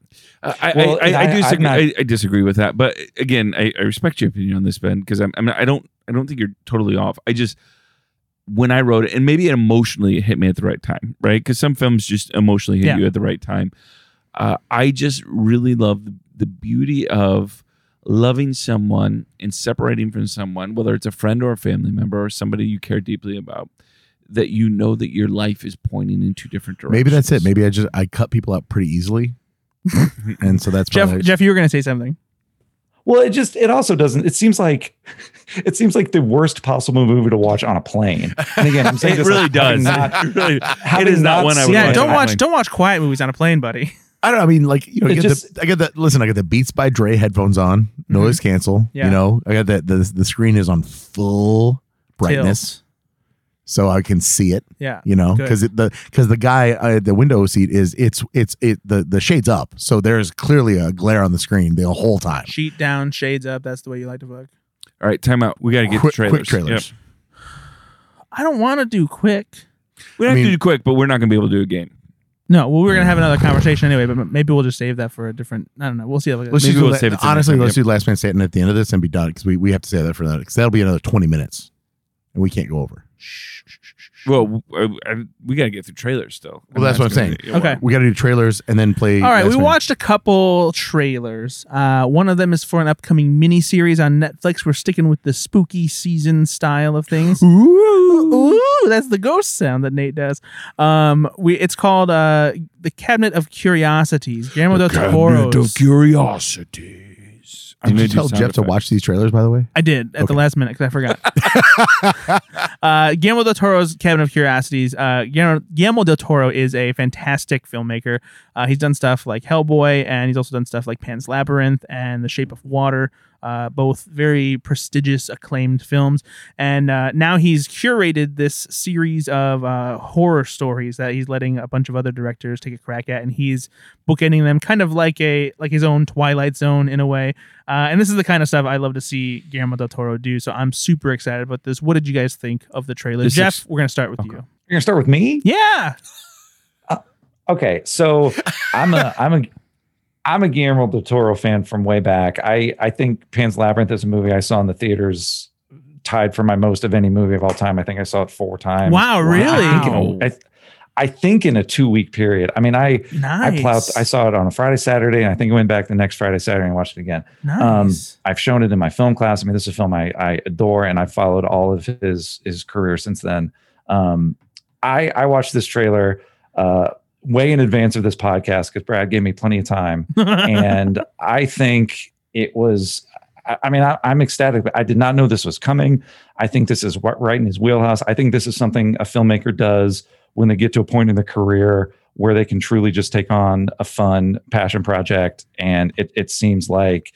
S4: Uh, I,
S5: Well,
S4: I,
S5: and
S4: I, I do
S5: I- I'm
S4: disagree.
S5: not-
S4: I, I disagree with that, but again, I, I respect your opinion on this, Ben, because I'm, I'm I don't I don't think you're totally off. I just when I wrote it, and maybe it emotionally hit me at the right time, right? Because some films just emotionally hit
S3: Yeah.
S4: you at the right time. Uh, I just really love the, the beauty of loving someone and separating from someone, whether it's a friend or a family member or somebody you care deeply about, that you know that your life is pointing in two different directions.
S2: Maybe that's it. Maybe I just I cut people out pretty easily, and so that's
S3: Jeff,
S2: probably-
S3: Jeff, you were going to say something.
S5: well, it just it also doesn't. It seems like it seems like the worst possible movie to watch on a plane. And again, I'm saying
S4: It
S5: this
S4: really
S5: like,
S4: does.
S5: having Not,
S4: It really- it
S5: having
S4: is not one I would
S5: seen
S4: Yeah,
S3: Yeah,
S5: it.
S4: watch
S3: don't
S4: on a
S3: watch
S4: plane.
S3: don't watch quiet movies on a plane, buddy.
S2: I don't know. I mean, like you know,
S5: It
S2: you get
S5: just-
S2: the, I got that. Listen, I got the Beats by Dre headphones on, noise cancel.
S3: Mm-hmm. Yeah.
S2: You know, I got that. The, the screen is on full brightness, so I can see it.
S3: Yeah,
S2: You know,
S3: Good.
S2: because the because the guy uh, at the window seat is it's it's it the the shades up, so there's clearly a glare on the screen the whole time.
S3: sheet down, shades up. That's the way you like to fuck.
S4: All right, time out. We got to get
S2: Quick-
S4: the trailers.
S2: quick trailers.
S4: Yep.
S3: I don't want to do quick.
S4: We don't
S2: I
S4: have to
S2: mean-
S4: do quick, but we're not going to be able to do a game.
S3: No, well, we're gonna have another conversation anyway, but m- maybe we'll just save that for a different. I don't know. We'll see. How
S2: Let's
S4: Maybe
S2: just do
S4: we'll
S2: la-
S4: save it to
S2: honestly.
S4: next time,
S2: Let's do last man standing at the end of this and be done because we, we have to say that for that because that'll be another twenty minutes, and we can't go over.
S4: Well, uh, uh, we got to get through trailers still.
S2: Well, that's what I'm saying.
S3: Okay.
S2: We got to do trailers and then play.
S3: All right,
S2: Last
S3: we
S2: Man.
S3: watched a couple trailers. Uh, one of them is for an upcoming miniseries on Netflix. We're sticking with the spooky season style of things. Ooh, that's the ghost sound that Nate does. Um, we it's called uh, the Cabinet of Curiosities. Guillermo del Toro's.
S4: curiosities.
S2: Did you tell Jeff to watch these trailers? By the way.
S3: I did at
S2: Okay.
S3: the last minute because I forgot. uh, Guillermo del Toro's Cabinet of Curiosities. Uh, Guillermo, Guillermo del Toro is a fantastic filmmaker. Uh, he's done stuff like Hellboy, and he's also done stuff like Pan's Labyrinth and The Shape of Water. uh, both very prestigious, acclaimed films. And uh, now he's curated this series of uh, horror stories that he's letting a bunch of other directors take a crack at, and he's bookending them kind of like a like his own Twilight Zone in a way. Uh, and this is the kind of stuff I love to see Guillermo del Toro do. So I'm super excited about this. What did you guys think of the trailer,
S4: This
S3: Jeff?
S4: looks-
S3: we're gonna start with
S4: Okay.
S3: you.
S5: You're gonna start with me?
S3: Yeah,
S5: Okay, so I'm a I'm a I'm a Guillermo del Toro fan from way back. I I think Pan's Labyrinth is a movie I saw in the theaters, tied for my most of any movie of all time. I think I saw it four times.
S3: Wow, really?
S5: I think, in a- I- I think in a two week period. I mean, I
S3: nice.
S5: I plowed. I saw it on a Friday, Saturday, and I think I went back the next Friday, Saturday, and watched it again. um,
S3: nice.
S5: I've shown it in my film class. I mean, this is a film I, I adore, and I've followed all of his his career since then. Um, I I watched this trailer uh, way in advance of this podcast because Brad gave me plenty of time, and I think it was. I I mean, I, I'm ecstatic, but I did not know this was coming. I think this is what right in his wheelhouse. I think this is something a filmmaker does when they get to a point in their career where they can truly just take on a fun passion project. And it, it seems like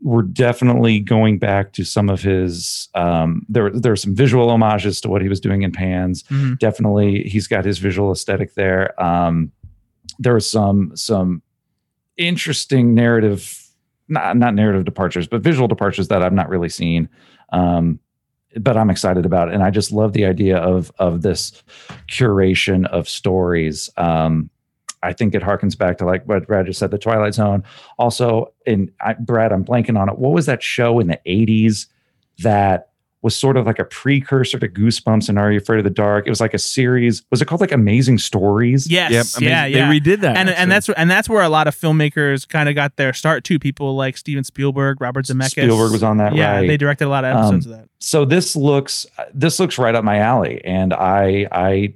S5: we're definitely going back to some of his. Um, there, there are some visual homages to what he was doing in Pans.
S3: Mhm.
S5: Definitely, he's got his visual aesthetic there. Um, there are some some interesting narrative, not not narrative departures, but visual departures that I've not really seen. Um, but I'm excited about it. And I just love the idea of of this curation of stories. Um, I think it harkens back to like what Brad just said, the Twilight Zone. Also, in I, Brad, I'm blanking on it. What was that show in the '80s that was sort of like a precursor to Goosebumps and Are You Afraid of the Dark? It was like a series. Was it called like Amazing Stories?
S3: Yes.
S4: I mean,
S3: yeah.
S4: They
S3: Yeah.
S4: redid that,
S3: and and
S4: actually.
S3: that's and that's where a lot of filmmakers kind of got their start too. People like Steven Spielberg, Robert Zemeckis.
S5: Spielberg was on that, Um,
S3: yeah,
S5: right?
S3: they directed a lot of episodes of that.
S5: so this looks this looks right up my alley and i i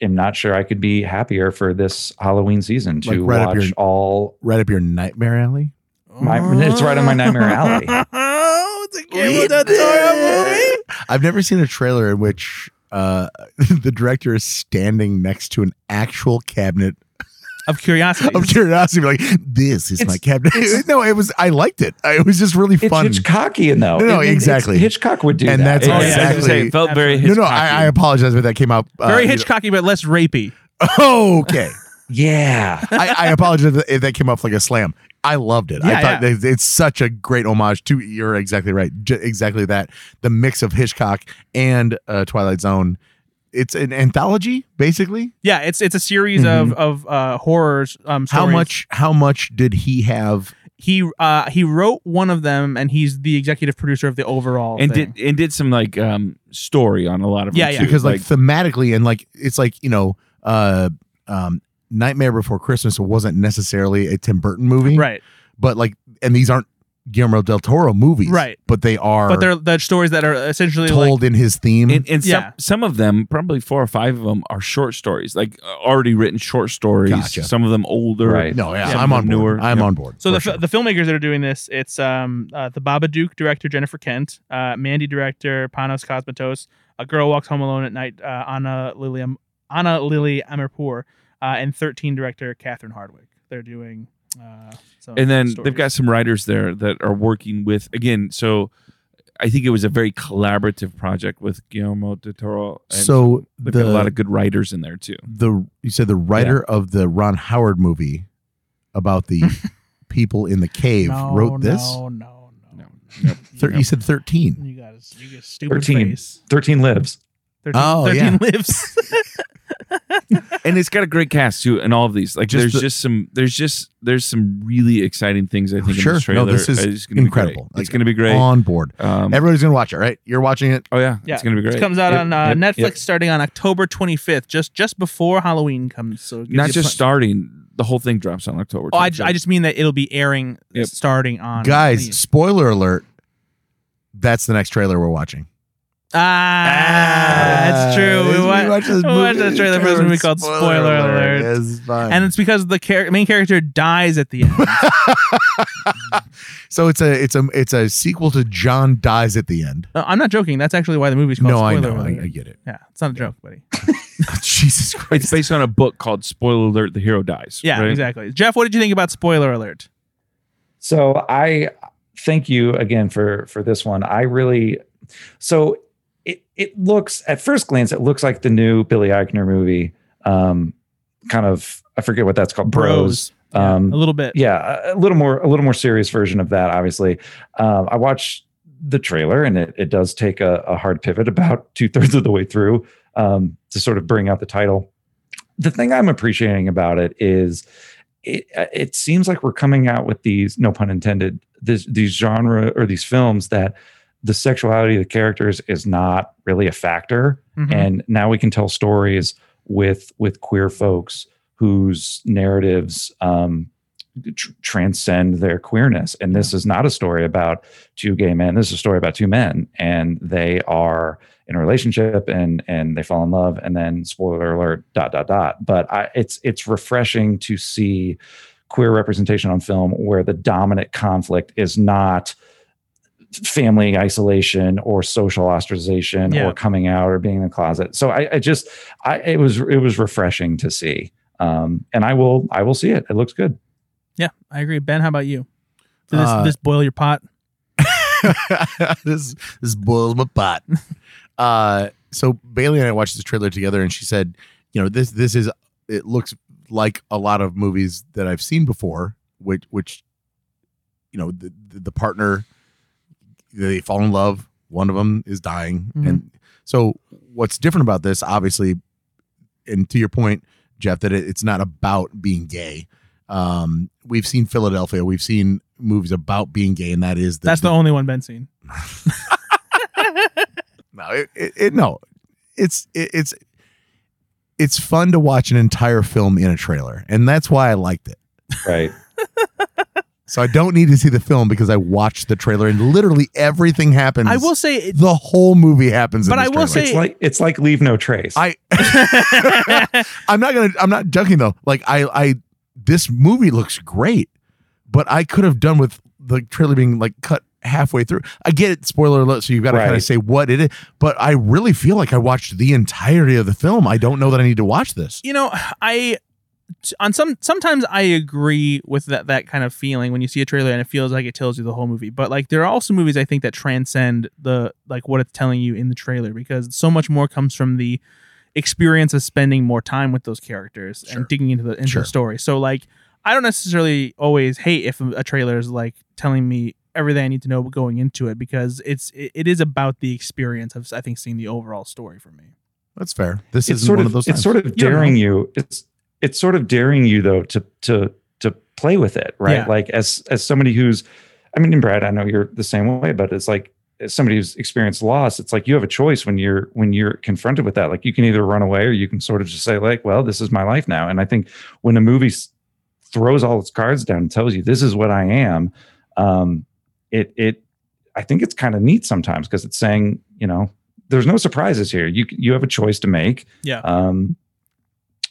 S5: am not sure i could be happier for this halloween season to
S2: Like right up
S5: watch
S2: your-
S5: all
S2: right up your nightmare alley.
S5: my- it's right on my Nightmare Alley.
S3: Oh, it's a
S2: We
S3: Guillermo del Toro
S2: did
S3: movie.
S2: it. I've never seen a trailer in which uh, the director is standing next to an actual cabinet
S3: Of curiosity.
S2: of curiosity, like this is my
S5: It's-
S2: cabinet. no, it was. I liked it. I- It was just really
S5: it's
S2: fun.
S5: hitchcockian though
S2: No, no,
S5: It- it- it's-
S2: exactly.
S5: hitchcock would do
S2: And
S5: that
S2: that's
S4: Yeah,
S3: Oh, yeah.
S4: I was gonna say, it felt very
S2: No, no,
S4: Hitchcockian.
S2: I, I apologize, but that came out uh,
S3: Very
S2: you know-
S3: Hitchcocky, but less rapey.
S2: okay,
S5: yeah
S2: I, I apologize if that came off like a slam. I loved it.
S3: Yeah,
S2: I thought that it's such a great homage to. You're exactly right. J- exactly that. The mix of Hitchcock and uh, Twilight Zone. It's an anthology, basically.
S3: Yeah, it's it's a series of of uh, horrors. Um,
S2: Mm-hmm. How
S3: stories.
S2: much? How much did he have?
S3: he uh, he wrote one of them, and he's the executive producer of the overall.
S4: and
S3: thing.
S4: did and did some like um story on a lot of
S3: Yeah,
S4: them
S3: yeah.
S4: too.
S2: Because like, thematically and like it's like you know, uh, um, Nightmare Before Christmas wasn't necessarily a Tim Burton movie,
S3: right,
S2: But like, and these aren't Guillermo del Toro movies,
S3: Right.
S2: But they are.
S3: but they're the stories that are essentially like
S2: told in his theme.
S4: and, and
S3: Yeah.
S4: some some of them, probably four or five of them, are short stories, like uh, already written short stories.
S2: Gotcha.
S4: Some of them older.
S5: Right.
S2: no, yeah,
S4: Yeah.
S2: I'm on
S4: Newer,
S2: board. I'm
S4: yeah.
S2: on board.
S3: So the,
S2: for sure.
S3: f the filmmakers that are doing this, it's um, uh, the Babadook director Jennifer Kent, uh, Mandy director Panos Cosmatos, A Girl Walks Home Alone at Night, uh, Anna Lily Am- Anna Lily Amirpour, uh, and 13 director Catherine Hardwick. They're doing. Uh, some
S4: And then
S3: stories.
S4: they've got some writers there that are working with again. So I think it was a very collaborative project with Guillermo del Toro. And
S2: so
S4: they've got
S2: the
S4: a lot of good writers in there too.
S2: the you said the writer of the Ron Howard movie about the people in the cave
S3: No,
S2: wrote this.
S3: No, no, no.
S4: No. Nope.
S2: Thir- You
S4: Nope.
S2: said thirteen.
S3: You got a, you got a stupid
S5: 13.
S3: face.
S5: 13 lives
S3: 13,
S2: Oh,
S3: 13
S2: yeah.
S3: lives.
S4: and it's got a great cast too. And all of these, like
S2: Just
S4: there's
S2: the-
S4: just some, there's just there's some really exciting things. I think
S2: Sure.
S4: in
S2: No,
S4: this trailer. Uh,
S2: this is
S4: It's gonna be great.
S2: incredible. Like,
S4: it's going to be great.
S2: On board.
S4: Um,
S2: Everybody's gonna watch it, right? You're watching it.
S4: oh yeah,
S3: Yeah.
S4: it's going to be
S3: it
S4: great.
S3: comes out
S5: Yep,
S3: on uh,
S5: yep,
S3: Netflix
S5: yep.
S3: starting on October 25th, just just before Halloween comes. So it gives
S4: Not
S3: you
S4: just
S3: pl-
S4: starting. The whole thing drops on October.
S3: Oh, I,
S4: 25th.
S3: I just mean that it'll be airing
S4: Yep.
S3: starting on
S2: Guys,
S3: Halloween.
S2: spoiler alert. That's the next trailer we're watching. Ah,
S3: Ah, that's true. We
S2: We
S3: wa-
S2: watched this
S3: we watched
S2: movie-
S3: the trailer for this movie called Spoiler Alert.
S2: It's fine.
S3: and it's because the char- main character dies at the end.
S2: so it's a it's a it's a sequel to John dies at the end.
S3: No, Uh, I'm not joking. That's actually why the movie's called
S2: no, I
S3: Spoiler
S2: know. I,
S3: Alert.
S2: I get it.
S3: yeah, it's not a joke, buddy.
S2: Jesus
S4: It's based on a book called "Spoiler Alert: The Hero Dies."
S3: Yeah,
S4: right?
S3: exactly. Jeff, what did you think about Spoiler Alert?
S5: so i thank you again for for this one. I really so it it looks at first glance it looks like the new Billy Eichner movie. Um, kind of I forget what that's called. Bros.
S3: Yeah,
S5: Um,
S3: a little bit.
S5: yeah, a a little more a little more serious version of that. Obviously, um, I watched the trailer, and it, it does take a, a hard pivot about two thirds of the way through um, to sort of bring out the title. The thing I'm appreciating about it is it uh, it seems like we're coming out with these no pun intended this, these genre or these films that the sexuality of the characters is not really a factor
S3: Mhm.
S5: and now we can tell stories with with queer folks whose narratives um, tr- transcend their queerness. And this is not a story about two gay men. This is a story about two men, and they are in a relationship and and they fall in love, and then spoiler alert, dot dot dot. But I, it's it's refreshing to see queer representation on film where the dominant conflict is not family isolation or social ostracization
S3: Yeah.
S5: or coming out or being in the closet. So I, I just I it was it was refreshing to see. Um and I will I will see it. It looks good.
S3: Yeah, I agree. Ben, how about you? Did this,
S2: Uh,
S3: this boil your pot?
S2: this this boils my pot. Uh, so Bailey and I watched this trailer together, and she said, "You know, this this is it looks like a lot of movies that I've seen before, which which you know the the, the partner they fall in love, one of them is dying,
S3: Mhm.
S2: and so what's different about this, obviously, and to your point, Jeff, that it, it's not about being gay." Um, we've seen Philadelphia. We've seen movies about being gay, and that is
S3: That's the only one Ben's seen.
S2: no, it, it, it no, it's it, it's it's fun to watch an entire film in a trailer, and that's why I liked it.
S5: Right.
S2: So I don't need to see the film because I watched the trailer, and literally everything happens.
S3: I will say, it,
S2: the whole movie happens.
S3: But
S2: in
S3: I
S2: this
S3: will
S2: trailer.
S5: It's
S3: Hey.
S5: like it's like leave no trace.
S2: I I'm not gonna. I'm not joking though. Like I, I this movie looks great, but I could have done with the trailer being like cut halfway through. I get it. Spoiler alert. So you've got to kind
S5: Right.
S2: of say what it is. But I really feel like I watched the entirety of the film. I don't know that I need to watch this.
S3: you know, I t- on some sometimes I agree with that that kind of feeling when you see a trailer and it feels like it tells you the whole movie. But like there are also movies I think that transcend the like what it's telling you in the trailer because so much more comes from the experience of spending more time with those characters
S2: Sure.
S3: and digging into the into
S2: Sure.
S3: the story. So like I don't necessarily always hate if a trailer is like telling me everything I need to know going into it because it's it, it is about the experience of I think seeing the overall story for me.
S2: That's fair. This
S5: it's
S2: is
S5: sort
S2: one
S5: of,
S2: of those.
S5: it's
S2: times.
S5: sort of
S3: You don't know.
S5: daring you it's it's sort of daring you though to to to play with it right
S3: Yeah.
S5: like as as somebody who's i mean and brad i know you're the same way but it's like as somebody who's experienced loss it's like you have a choice when you're when you're confronted with that like you can either run away or you can sort of just say like well this is my life now and i think when a movie s- throws all its cards down and tells you this is what i am um it it i think it's kind of neat sometimes because it's saying you know there's no surprises here you c- you have a choice to make
S3: Yeah.
S5: um,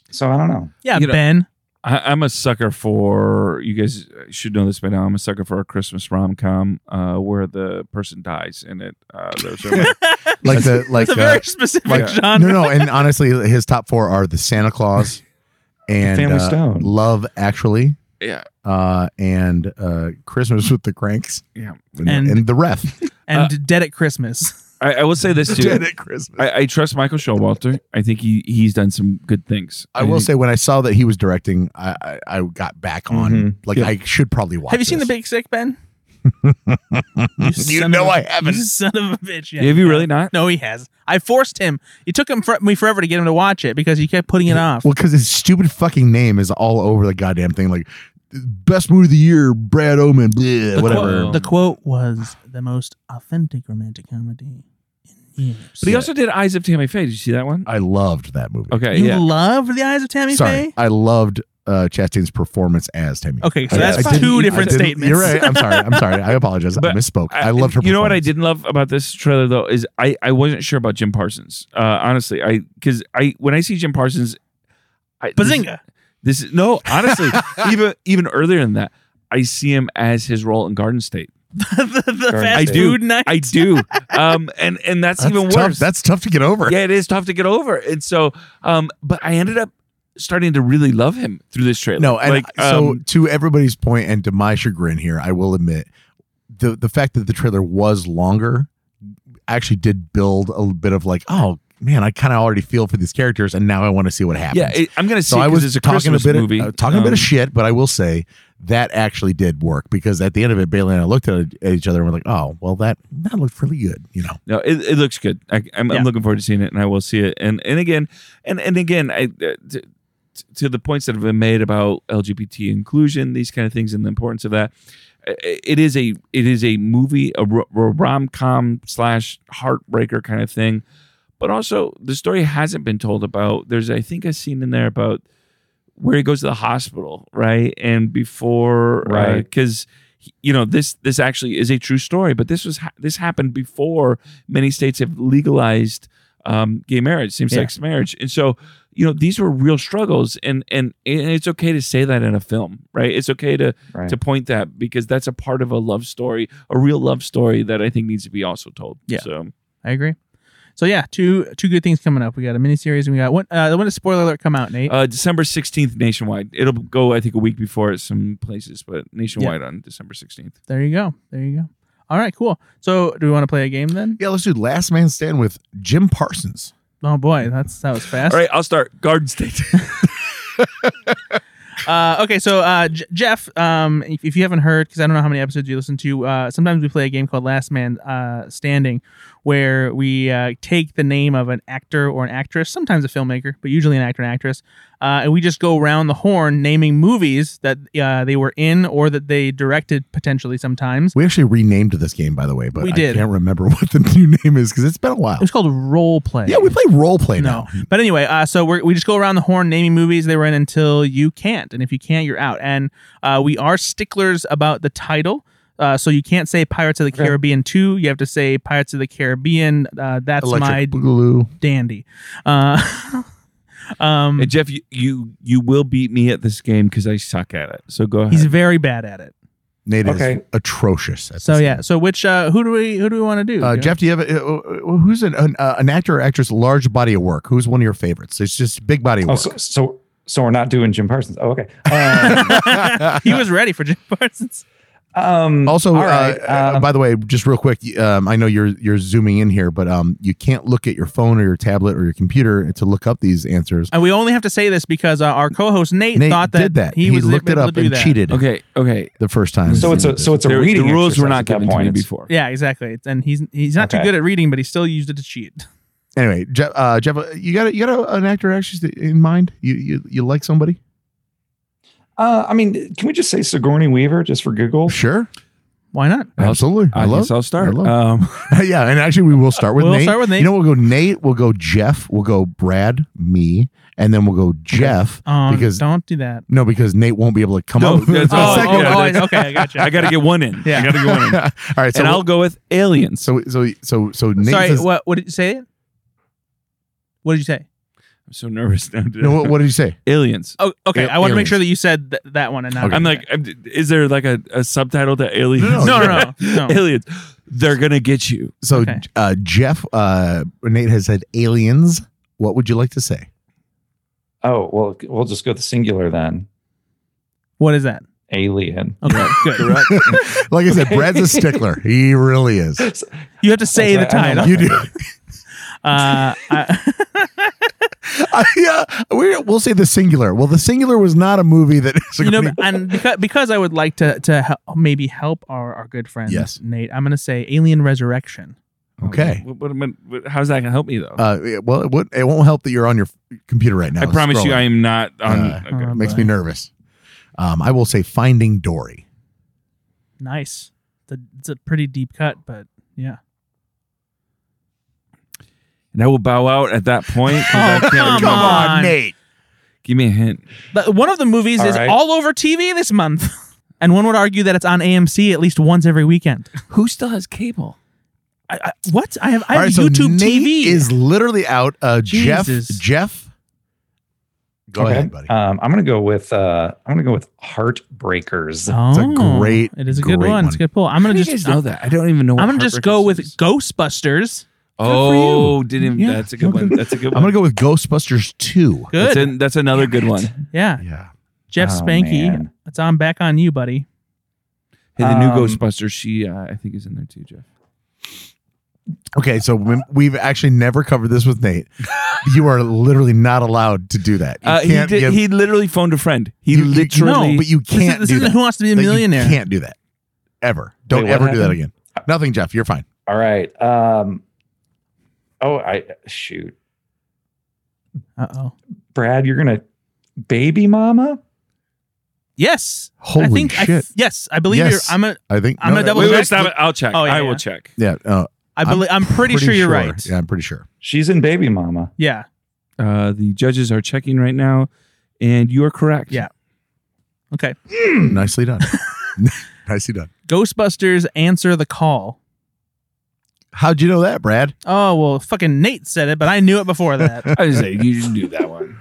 S5: so I don't know.
S3: Yeah,
S4: You know-
S3: Ben.
S4: I, I'm a sucker for you guys should know this by now. I'm a sucker for a Christmas rom com uh, where the person dies in it. Uh, there's a-
S2: like the like
S3: It's a
S2: uh,
S3: very specific
S4: like-
S2: no
S3: genre.
S2: no. And honestly, his top four are the Santa Claus and
S5: Family
S2: uh,
S5: Stone.
S2: Love Actually.
S4: yeah,
S2: Uh, and uh, Christmas with the Cranks
S4: yeah.
S3: And-
S2: and the Ref.
S3: And Dead at Christmas.
S4: I, I will say this too.
S2: Dead at Christmas.
S4: I, I trust Michael Showalter. I think he he's done some good things.
S2: I will
S4: think-
S2: say when I saw that he was directing, I I, I got back on.
S5: Mhm.
S2: Like
S4: Yeah.
S2: I should probably watch.
S3: Mm-hmm. Have you seen The
S2: this.
S3: Big Sick, Ben?
S2: You
S3: son
S2: know
S3: of a-
S2: I haven't.
S3: You son of a bitch. Yeah.
S4: Have you really not?
S3: No, he has. I forced him. It took him for, me forever to get him to watch it because he kept putting it off.
S2: Well, because his stupid fucking name is all over the goddamn thing. Like best movie of the year, Brad Oman. Bleh,
S3: the,
S2: whatever.
S3: Quote, the quote was the most authentic romantic comedy in years.
S4: But he also did Eyes of Tammy Faye. Did you see that one?
S2: I loved that movie.
S4: Okay,
S3: you
S4: yeah.
S3: loved The Eyes of Tammy
S2: Sorry,
S3: Faye?
S2: I loved uh, Chastain's performance as Tammy.
S3: Okay, so
S2: I-
S3: that's
S2: I didn't-
S3: two
S2: I
S3: different
S2: didn't-
S3: statements.
S2: You're right. I'm sorry. I'm sorry. I apologize. I
S4: But
S2: misspoke. I, loved her.
S4: You know what I
S2: performance.
S4: didn't love about this trailer though is I I wasn't sure about Jim Parsons. Uh, honestly, I because I when I see Jim Parsons, I, this-
S3: Bazinga.
S4: This is no, honestly, even even earlier than that, I see him as his role in Garden State.
S3: the the
S5: Sorry.
S3: fast
S5: I
S4: do.
S3: food night.
S4: I do, um, and and that's, even
S2: tough.
S4: worse.
S2: That's tough to get over.
S4: yeah, it is tough to get over, and so, um, but I ended up starting to really love him through this trailer.
S2: No, and
S4: like
S2: so
S4: um,
S2: to everybody's point and to my chagrin here, I will admit the the fact that the trailer was longer actually did build a little bit of like, oh man, I kind of already feel for these characters, and now I want to see what happens.
S4: Yeah, it, I'm gonna see.
S2: so I
S4: 'cause
S2: was
S4: it's a
S2: talking
S4: Christmas
S2: a bit, of-
S4: movie.
S2: uh, talking a bit
S4: Um,
S2: of shit, but I will say that actually did work because at the end of it, Bailey and I looked at, at each other and we're like, oh, well, that that looked really good, you know.
S4: No, it, it looks good. I, I'm,
S3: Yeah.
S4: I'm looking forward to seeing it, and I will see it. And and again, and and again, I uh, to, to the points that have been made about LGBT inclusion, these kind of things, and the importance of that. i- It is a it is a movie, a rom com slash heartbreaker kind of thing, but also the story hasn't been told about. There's I think a scene in there about where he goes to the hospital, right? And before,
S5: Right.
S4: Because you know this this actually is a true story, but this was ha- this happened before many states have legalized um, gay marriage, same sex marriage, and so you know these were real struggles, and and and it's okay to say that in a film, right? It's okay to
S5: Right.
S4: to point that because that's a part of a love story, a real love story that I think needs to be also told.
S3: Yeah.
S4: So
S3: I agree. So yeah, two two good things coming up. We got a miniseries and we got one. Uh, when does spoiler alert come out, Nate?
S4: uh, December sixteenth nationwide. It'll go I think a week before at some places, but nationwide on December sixteenth.
S3: there you go. There you go. All right, cool. So do we want to play a game then?
S2: Yeah, let's do Last Man Stand with Jim Parsons.
S3: Oh boy, that's that was fast.
S4: All right, I'll start. Garden State.
S3: Uh, okay, so uh, J- Jeff, um, if, if you haven't heard, because I don't know how many episodes you listen to, uh, sometimes we play a game called Last Man uh, Standing, where we uh, take the name of an actor or an actress, sometimes a filmmaker, but usually an actor and actress, uh, and we just go around the horn naming movies that uh, they were in or that they directed potentially sometimes.
S2: We actually renamed this game, by the way, but
S3: We did.
S2: I can't remember what the new name is because it's been a while.
S3: It was called role play.
S2: Yeah, we play role play
S3: No.
S2: now.
S3: But anyway, uh, so we're, we just go around the horn naming movies they were in until you can't. And if you can't, you're out. And uh, we are sticklers about the title. Uh, so you can't say Pirates of the
S5: Okay.
S3: Caribbean 2. You have to say Pirates of the Caribbean. Uh, that's my
S2: Electric Boogaloo.
S3: dandy. Uh, um,
S4: Hey, Jeff, you, you you will beat me at this game because I suck at it. So go ahead.
S3: he's very bad at it.
S2: Nate is
S5: Okay.
S2: atrocious. at
S3: So
S2: this
S3: yeah. So which uh, who do we who do we want to do?
S2: Uh,
S3: Do you-
S2: Jeff, do you have a, uh, uh, who's an an, uh, an actor or actress large body of work? Who's one of your favorites? It's just big body of
S5: Oh,
S2: work.
S5: so, so so we're not doing Jim Parsons. Oh, okay. Um,
S3: he was ready for Jim Parsons. Mm-hmm.
S5: um,
S2: also,
S5: all right,
S2: uh, uh,
S5: um,
S2: by the way, just real quick, um, I know you're you're zooming in here, but um, you can't look at your phone or your tablet or your computer to look up these answers.
S3: And we only have to say this because uh, our co-host Nate,
S2: Nate
S3: thought that,
S2: did that.
S3: He,
S2: He,
S3: was
S2: looked it
S3: able
S2: up
S3: to do
S2: and
S3: that.
S2: cheated
S4: okay, okay.
S2: the first time.
S5: so it's a so it's a
S4: uh, There-
S5: reading.
S4: the rules were
S5: exercise
S4: not
S5: at that
S4: given to me
S5: point.
S4: before.
S3: Yeah, exactly. It's, and he's he's not too
S5: Okay.
S3: good at reading, but he still used it to cheat.
S2: anyway. Jeff, uh, Jeff, uh, you got a, you got a, an actor or actress that- in mind? You you you like somebody?
S5: Uh, I mean, can we just say Sigourney Weaver just for giggles?
S2: Sure,
S3: Why not?
S4: I'll-
S2: absolutely.
S4: I, guess I'll
S2: I
S4: start.
S2: love-
S4: Um,
S2: yeah, and actually, we will start with
S3: we'll
S2: Nate.
S3: start with Nate.
S2: You know, we'll go Nate, we'll go Jeff, we'll go Brad, me, and then we'll go Jeff.
S3: um,
S2: because-
S3: don't do that.
S2: No, because Nate won't be able to come
S4: No,
S2: up with
S4: that's-
S2: a
S4: Oh,
S2: second
S4: oh,
S2: one.
S4: oh,
S3: I- okay, I gotcha.
S4: I got to get one in.
S3: Yeah.
S4: I got to get one in.
S2: All right, so
S4: and I'll
S2: we'll-
S4: go with aliens.
S2: so so so so Nate
S3: Sorry,
S2: says,
S3: what what did you say? What did you say?
S4: I'm so nervous now.
S2: no, what, what did you say?
S4: aliens.
S3: Oh, okay.
S2: Yeah,
S3: I want to make
S2: aliens.
S3: sure that you said th- that one and not.
S2: Okay.
S4: I'm like, I'm- is there like a, a subtitle to aliens?
S2: No,
S3: no, no, no. no.
S4: aliens. They're gonna get you.
S2: So
S3: Okay.
S2: uh, Jeff, uh, Nate has said aliens. What would you like to say?
S5: Oh well, we'll just go with the singular then.
S3: What is that?
S5: Alien.
S3: Okay, good.
S2: like I said, Brad's a stickler. He really is.
S3: You have to say the
S5: That's right,
S3: title.
S5: I know.
S2: You do.
S3: Uh, I-
S2: I, yeah, we we'll say the singular. Well, the singular was not a movie that.
S3: you know, and because, because I would like to to hel- maybe help our, our good friend
S2: Yes.
S3: Nate, I'm going to say Alien Resurrection.
S2: okay.
S4: What, what, am I- what- how's that gonna help me though?
S2: Uh, it- well, it, would, it won't help that you're on your f- computer right now.
S4: I promise you, I am not on.
S2: Uh,
S4: okay.
S3: Um,
S2: makes me nervous. Um, I will say Finding Dory.
S3: Nice. It's a, it's a pretty deep cut, but yeah.
S4: and I will bow out at that point. 'cause I
S3: Oh,
S4: can't
S3: come
S4: remember.
S3: on.
S2: Nate.
S4: Give me a hint.
S3: But one of the movies
S5: All
S3: is
S5: right.
S3: all over TV this month. And one would argue that it's on AMC at least once every weekend.
S4: Who still has cable?
S3: I, I, what? I have,
S2: All
S3: I have
S2: right, so
S3: YouTube
S2: Nate
S3: TV.
S2: is literally out. Uh, Jeff,
S3: Jesus.
S2: Jeff, go ahead, buddy.
S5: Um, I'm gonna go with uh, I'm gonna go with Heartbreakers.
S2: a
S3: Oh,
S2: great-
S3: It is a good
S2: great one.
S3: one. It's a good pull. I'm gonna
S4: How do you
S3: just.
S4: guys know that. I don't even know. What
S3: I'm gonna just
S4: Heartbreakers
S3: go with
S4: is.
S3: Ghostbusters.
S4: Oh, didn't even,
S2: Yeah.
S4: that's a good one. That's a good
S2: I'm gonna
S4: one.
S2: go with Ghostbusters Two.
S3: Good.
S4: That's, an, that's another good one.
S3: yeah.
S2: Yeah,
S3: Jeff
S5: Oh,
S3: Spanky.
S5: man.
S3: It's on back on you, buddy.
S4: Hey, the new
S5: Um,
S4: Ghostbusters, she uh, I think is in there too, Jeff.
S2: Okay, so when- we've actually never covered this with Nate. you are literally not allowed to do that. You
S4: Uh, he,
S2: can't
S4: did,
S2: give-
S4: he literally phoned a friend. He
S2: You- you-
S4: literally.
S2: no, but you
S3: This,
S2: can't
S3: is, this
S2: do
S3: isn't
S2: that.
S3: Who Wants to Be a
S2: That you
S3: Millionaire?
S2: can't do that ever. Don't
S5: Wait, what
S2: ever do that
S5: happened?
S2: again. Nothing, Jeff. You're fine.
S5: All right. Um, oh, I shoot,
S3: Uh oh.
S5: Brad, you're gonna baby mama.
S3: Yes.
S2: Holy
S3: I think I
S2: shit! I,
S3: th- yes, I believe
S2: Yes.
S3: you're. I'm a.
S2: think
S3: I'm gonna
S2: that
S3: double
S2: was-
S4: wait, wait,
S3: check?
S4: stop it. I'll check.
S3: Oh, yeah,
S4: I will
S3: yeah.
S4: check.
S2: Yeah, uh,
S3: I believe. I'm pretty, sure you're right.
S2: Yeah, I'm pretty sure.
S5: She's in baby mama.
S3: Yeah.
S4: Uh, the judges are checking right now, and you are correct.
S3: Yeah. Okay.
S2: Nicely done. Nicely done.
S3: Ghostbusters answer the call.
S2: How'd you know that, Brad?
S3: Oh well, fucking Nate said it, but I knew it before that.
S4: I was saying you didn't do that one.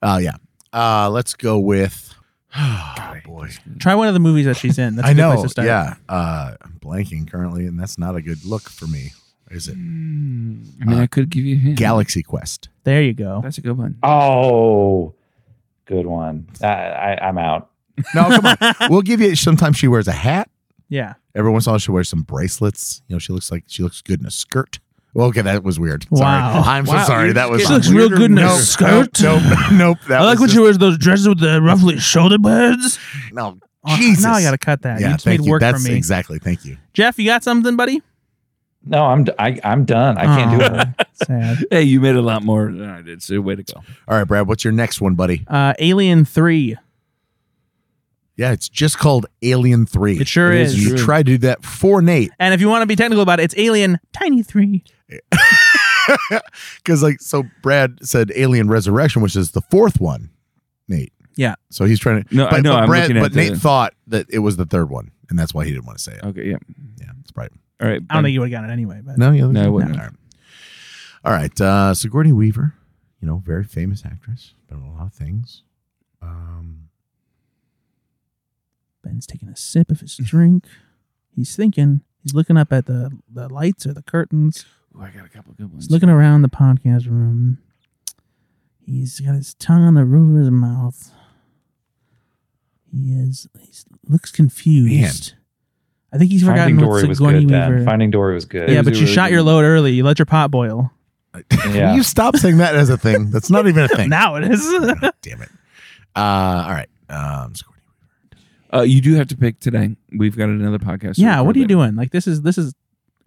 S2: Uh, yeah. Uh, let's go with. Oh, boy.
S3: Try one of the movies that she's in. That's a
S2: I
S3: good
S2: know.
S3: Place to start.
S2: Yeah. Uh, I'm blanking currently, and that's not a good look for me. Is it
S4: I mean, I could give you a hint.
S2: Galaxy Quest?
S3: There you go.
S4: That's a good one.
S5: Oh, good one. I, I, I'm out.
S2: No, come on. We'll give you. Sometimes she wears a hat.
S3: yeah.
S2: Every once in a while, she wears some bracelets. You know, she looks like she looks good in a skirt. Well, okay, that was weird. Sorry.
S3: Wow.
S2: I'm so
S4: Wow,
S2: sorry.
S4: you're
S2: That was
S4: just
S3: She looks
S4: getting
S3: real
S4: weirder
S3: good in
S4: and
S3: a
S4: weirder.
S3: skirt.
S2: Nope, nope. That
S3: I like
S2: was
S3: when she wears those dresses with the ruffly shoulder pads.
S2: just, no.
S3: Oh,
S2: Jesus.
S3: Now I gotta cut that. you
S2: yeah,
S3: just
S2: thank
S3: made
S2: you.
S3: work
S2: That's
S3: for me.
S2: exactly. Thank you.
S3: Jeff, you got something, buddy?
S5: No, I'm d- I, am i am done. I can't do it.
S3: do it. Sad.
S4: Hey, you made a lot more than I did. So way to go.
S2: All right, Brad. What's your next one, buddy?
S3: Uh, Alien Three.
S2: Yeah, it's just called Alien Three.
S3: It sure
S4: It
S3: is.
S4: is
S2: You
S4: true.
S2: tried to do that for Nate
S3: And if you want to be technical about it, it's Alien Tiny Three.
S2: because, like, so Brad said Alien Resurrection, which is the fourth one, Nate.
S3: Yeah.
S2: So he's trying to.
S4: No, I know. I'm
S2: Brad,
S4: looking at
S2: but
S4: the-
S2: Nate thought that it was the third one, and that's why he didn't want to say it.
S4: Okay, yeah.
S2: Yeah, that's right.
S4: All right.
S3: I don't think you would have gotten it anyway. But
S2: No, yeah,
S4: No, I wouldn't
S2: All right. All right. Uh, Sigourney Weaver, you know, very famous actress, been in a lot of things. Um,
S3: Ben's taking a sip of his drink. He's thinking. He's looking up at the, the lights or the curtains.
S4: Ooh, I got a couple good ones.
S3: He's looking around the podcast room. He's got his tongue on the roof of his mouth. He is. He looks confused. I think he's forgotten
S5: Finding
S3: what
S5: Dory was
S3: Sigourney
S5: good.
S3: Weaver.
S5: Then. Finding Dory was good.
S3: yeah,
S4: was
S3: but
S4: a
S3: you
S4: really
S3: shot
S4: good
S3: your
S4: one.
S3: load early. You let your pot boil.
S5: Yeah.
S2: Will you stop saying that as a thing? That's not even a thing.
S3: Now it is.
S2: Oh, damn it. Uh, all right. Um, Sigourney Weaver.
S4: Uh, you do have to pick today. We've got another podcast. to
S3: yeah, what
S4: record
S3: are you
S4: later.
S3: doing? Like this is this is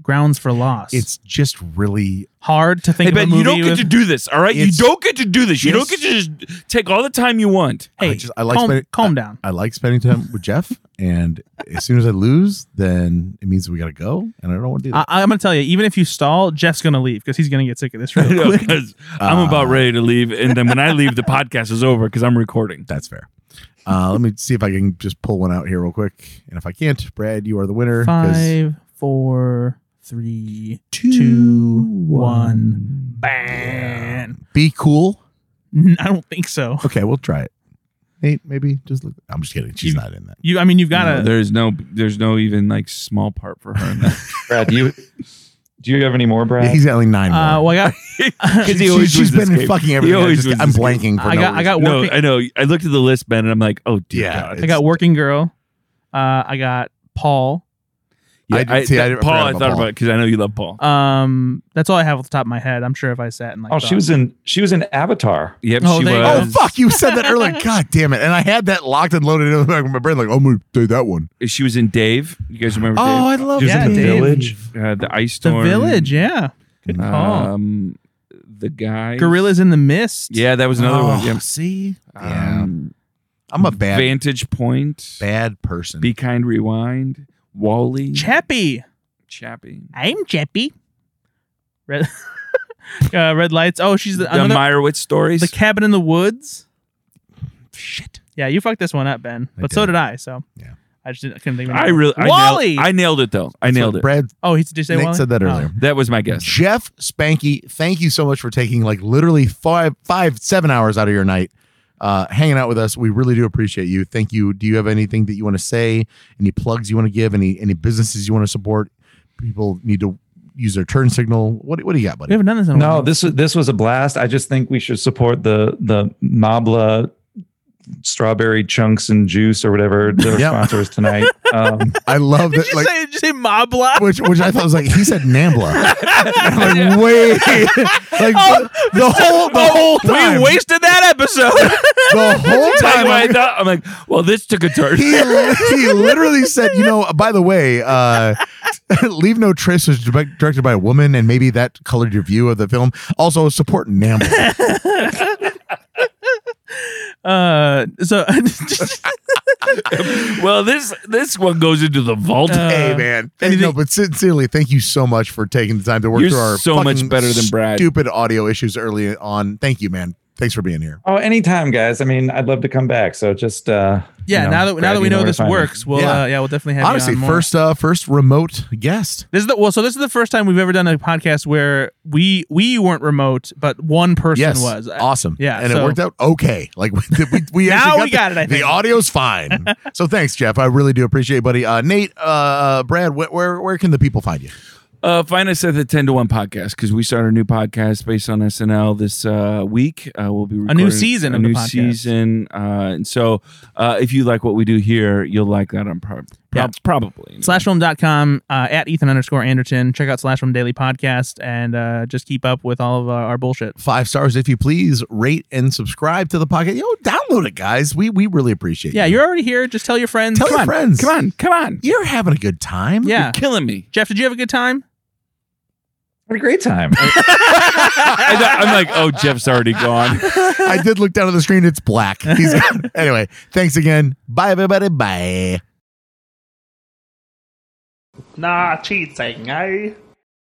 S3: grounds for loss.
S2: It's just really.
S3: hard to think
S4: Hey,
S3: of
S4: Ben,
S3: a movie
S4: you don't get
S3: with-
S4: to do this. All right, you
S2: It's-
S4: don't get to do this. You don't
S2: Yes.
S4: get to just take all the time you want.
S3: Hey,
S2: I just- I like
S3: calm,
S2: spending-
S3: calm down.
S2: I like spending time with Jeff, and as soon as I lose, then it means we gotta go, and I don't want to do
S3: I,
S2: that.
S3: I'm gonna tell you, even if you stall, Jeff's gonna leave because he's gonna get sick of this
S4: You
S3: real
S4: know,
S3: quick.
S4: 'cause I'm about
S2: Uh,
S4: ready to leave, and then when I leave, the podcast is over because I'm recording.
S2: That's fair. Uh, let me see if I can just pull one out here real quick, and if I can't, Brad, you are the winner. 'cause-
S3: Five, four, three, two, one. Bang!
S2: Be cool.
S3: N- I don't think so.
S2: Okay, we'll try it. Nate, maybe just look. I'm just kidding. She's
S3: You-
S2: not in that.
S3: You, I mean, you've got
S4: No,
S3: to.
S4: there's no, there's no even like small part for her in that.
S5: Brad, do you do you have any more, Brad?
S2: He's got like nine.
S3: uh,
S2: more.
S3: well, I got,
S4: Because
S2: She- she's been in fucking everything. I
S4: always
S2: just-
S4: wins
S2: I'm
S4: this game.
S2: blanking. For
S3: I
S2: no
S3: got, I
S2: reason.
S3: got
S4: No,
S3: working.
S4: I know. I looked at the list, Ben, and I'm like, oh dear
S2: Yeah,
S4: God.
S2: it's-
S3: I got working girl. Uh, I got Paul.
S4: Yeah,
S2: I
S4: I,
S2: did- see, I
S4: that-
S2: forgot
S4: Paul, I
S2: about
S4: thought
S2: Paul.
S4: about it because I know you love Paul.
S3: Um, that's all I have off the top of my head. I'm sure if I sat and like,
S5: oh, she
S3: thought-
S5: was in she was in Avatar.
S4: Yep,
S3: Oh,
S4: she
S3: there you
S4: was.
S2: Oh fuck! You said that earlier. God damn it! And I had that locked and loaded in the back of my brain. Like I'm gonna do that one.
S4: She was in Dave. You guys remember? Dave?
S2: love
S4: She was
S3: Yeah,
S4: in the
S3: Dave.
S4: village. Uh, the ice
S3: Oh, the
S4: storm.
S3: village. Yeah, good call.
S4: Um, the guy.
S3: Gorillas in the mist.
S4: Yeah, that was another one.
S2: Oh,
S4: Yep.
S2: See, yeah,
S4: Um,
S2: I'm a bad,
S4: Vantage Point.
S2: bad person.
S4: Be kind. Rewind. Wally.
S3: Chappie.
S4: Chappie.
S3: I'm Chappie. Red, uh, red lights. Oh, she's the,
S4: The
S3: another,
S4: Meyerowitz stories.
S3: the cabin in the woods.
S2: Shit.
S3: Yeah, you fucked this one up, Ben.
S2: I
S3: But so
S2: did.
S3: did I. So
S2: Yeah.
S3: I just didn't, I couldn't think. Of
S4: I
S3: anything.
S4: really. I
S3: Wally.
S4: Nailed, I nailed it though. I
S2: That's
S4: nailed
S2: what
S4: it.
S2: Brad
S3: oh, he did you say
S2: Nate
S3: Wally?
S2: said that
S3: Oh.
S2: earlier.
S4: That was my guess.
S2: Jeff Spanky, thank you so much for taking like literally five, five, seven hours out of your night, uh, hanging out with us. We really do appreciate you. Thank you. Do you have anything that you want to say? Any plugs you want to give? Any any businesses you want to support? People need to use their turn signal. What what do you got,
S3: We
S2: buddy?
S3: haven't done this in a
S5: No,
S3: while.
S5: this was this was a blast. I just think we should support the the Mabla strawberry chunks and juice or whatever the
S2: Yeah.
S5: sponsor is tonight. Um,
S2: I love
S3: Did
S2: that.
S3: you
S2: Like,
S3: say did you say Mobla?
S2: which which I thought was like he said Nambla. I'm like wait, like the, the whole the whole time,
S3: Oh, We wasted that episode.
S2: the whole time.
S4: I
S2: I'm-
S4: thought, I'm like, well, this took a turn.
S2: He, he literally said, you know, by the way, uh, Leave No Trace was direct- directed by a woman, and maybe that colored your view of the film. Also, support Nambla.
S3: uh, so
S4: well, this this one goes into the vault.
S3: Uh,
S2: hey, man. Hey,
S3: anything-
S2: no, but sincerely, thank you so much for taking the time to work
S4: You're
S2: through our
S4: so much
S2: fucking
S4: better than Brad.
S2: Stupid audio issues early on. Thank you, man. Thanks for being here.
S5: oh, anytime, guys. I mean, I'd love to come back. So just uh,
S3: yeah,
S5: you know,
S3: now that now
S5: Brad,
S3: that we
S5: you
S3: know
S5: where to
S3: this
S5: find me.
S3: works, we'll
S2: Yeah.
S3: uh, yeah, we'll definitely have
S2: Honestly,
S3: you on more.
S2: first uh, first remote guest.
S3: This is the well. So this is the first time we've ever done a podcast where we we weren't remote, but one person
S2: yes,
S3: was. I-
S2: awesome.
S3: yeah,
S2: and it
S3: so-
S2: worked out okay. Like we we, we
S3: Now
S2: actually
S3: we got it, I
S2: the
S3: think.
S2: audio's fine. so thanks, Jeff. I really do appreciate, it, buddy. Uh, Nate, uh, Brad, wh- where where can the people find you?
S4: Uh, find us at the 10 to 1 podcast because we start a new podcast based on SNL this uh, week. Uh, we'll be
S3: A new
S4: recording
S3: season
S4: a
S3: of the
S4: new
S3: podcast.
S4: season. Uh, and so uh, if you like what we do here, you'll like that on prob-
S3: Yeah.
S4: prob- probably.
S3: slashfilm.com uh, at ethan underscore anderton check out slashfilm daily podcast and uh, just keep up with all of uh, our, our bullshit
S2: Five stars, if you please. Rate and subscribe to the podcast. Yo, download it, guys. We we really appreciate.
S3: yeah
S2: you.
S3: you're already here just tell your friends
S2: tell
S3: Come
S2: your
S3: on.
S2: friends.
S4: Come on, come on.
S2: you're having a good time.
S3: yeah
S4: Killing me.
S3: jeff did you have a good time
S5: What a great time.
S4: I thought- I'm like, oh, Jeff's already gone.
S2: I did look down at the screen. It's black. He's got- anyway, thanks again. Bye, everybody. Bye.
S1: Nah, cheating, eh?